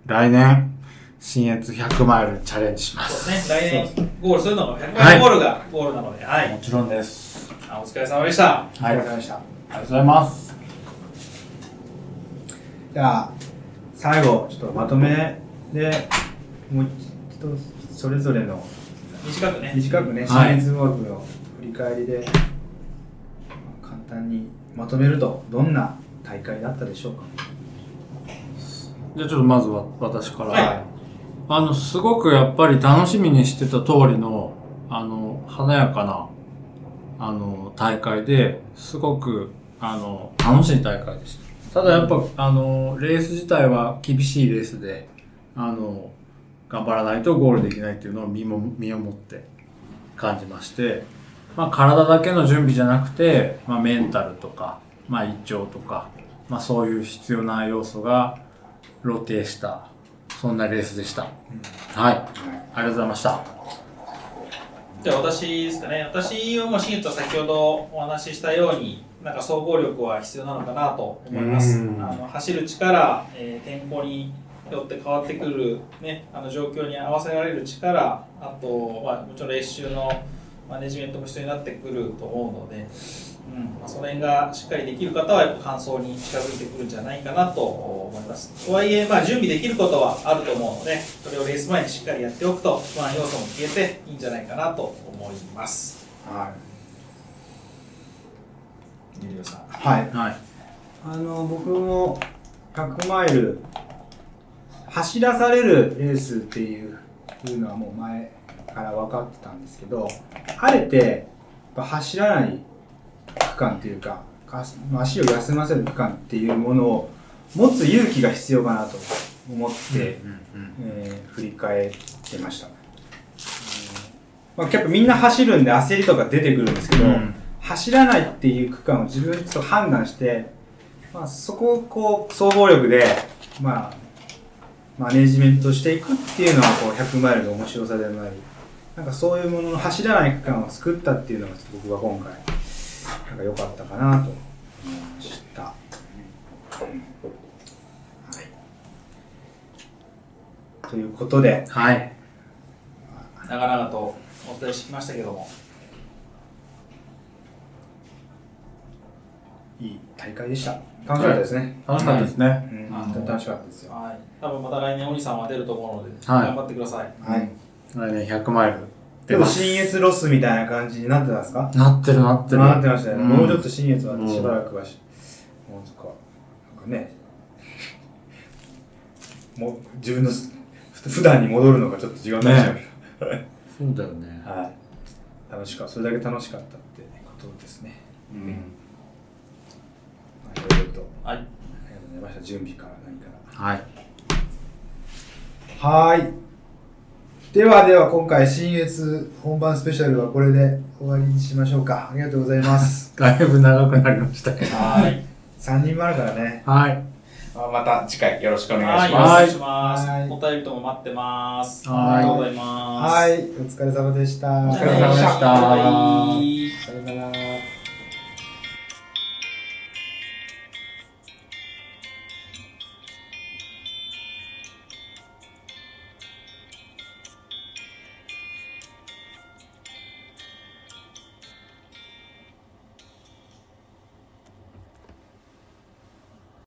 来年、新越100マイルチャレンジします。そうですね、来年ゴールするのが100枚ゴールがゴールなので、はい。もちろんです。あお疲れ様でした。はい。あわりがかとりました。うございます。じゃあ、最後、ちょっとまとめで、もう一度、それぞれの短くね。短くね、はい新越語学の振り返りで、まあ簡単にまとめると、どんな大会だったでしょうか。じゃあちょっとまずは私から。はいあの、すごくやっぱり楽しみにしてた通りの、あの、華やかな、あの、大会で、すごく、あの、楽しい大会でした。ただやっぱ、あの、レース自体は厳しいレースで、あの、頑張らないとゴールできないっていうのを身も、身をもって感じまして、まあ、体だけの準備じゃなくて、まあ、メンタルとか、まあ、胃腸とか、まあ、そういう必要な要素が露呈したそんなレースでした、はいありがとうございましたじゃあ私ですかね。私はもう新月は先ほどお話ししたように、なんか総合力は必要なのかなと思います。うんあの走る力、えー、テンポによって変わってくる、ね、あの状況に合わせられる力、あと、まあ、もちろん練習のマネジメントも必要になってくると思うので、うんまあ、その辺がしっかりできる方はやっぱ完走に近づいてくるんじゃないかなと思います。とはいえ、まあ、準備できることはあると思うので、それをレース前にしっかりやっておくと、不安要素も消えていいんじゃないかなと思います。はい。リオさん。はい。はいあの、僕も100マイル、走らされるレースっていういうのはもう前から分かってたんですけど、あえてやっぱ走らない区間というか、か足を休ませる区間っていうものを持つ勇気が必要かなと思って、えー振り返ってました。うんまあ、やっぱみんな走るんで焦りとか出てくるんですけど、うん走らないっていう区間を自分でちょっと判断して、まあ、そこをこう総合力で、まあ、マネジメントしていくっていうのはこう100マイルの面白さでもありなんかそういうものの走らない区間を作ったっていうのがちょっと僕は今回なんか良かったかなと思いました、はい、ということではい長々とお伝えしてきましたけども、いい大会でした楽しかったですね、楽しかったですね、うんあの楽しかったですよはい、多分また来年、鬼さんは出ると思うので、はい頑張ってください。はい来年100マイルで出もます新越ロスみたいな感じになってたんですかなってるなってるなってましたよね、うんもうちょっと新越はしばらくはし、もうとかなんかねもう自分のすふ普段に戻るのがちょっと時間になっちゃう、そうだよねはい楽しかったそれだけ楽しかったってことですねまあいろいろとはいありがとうございました準備から何からはいはーい。ではでは今回、新越本番スペシャルはこれで終わりにしましょうか。ありがとうございます。だいぶ長くなりましたけどはい、 3人もあるからね。はいあまた次回よろしくお願いはい、。しますおは願いいしますはい。お便りとも待ってます。はいありがとうございます。はい。お疲れ様でした。おお疲れ様でした。お疲れ様でしたバイバイさよなら。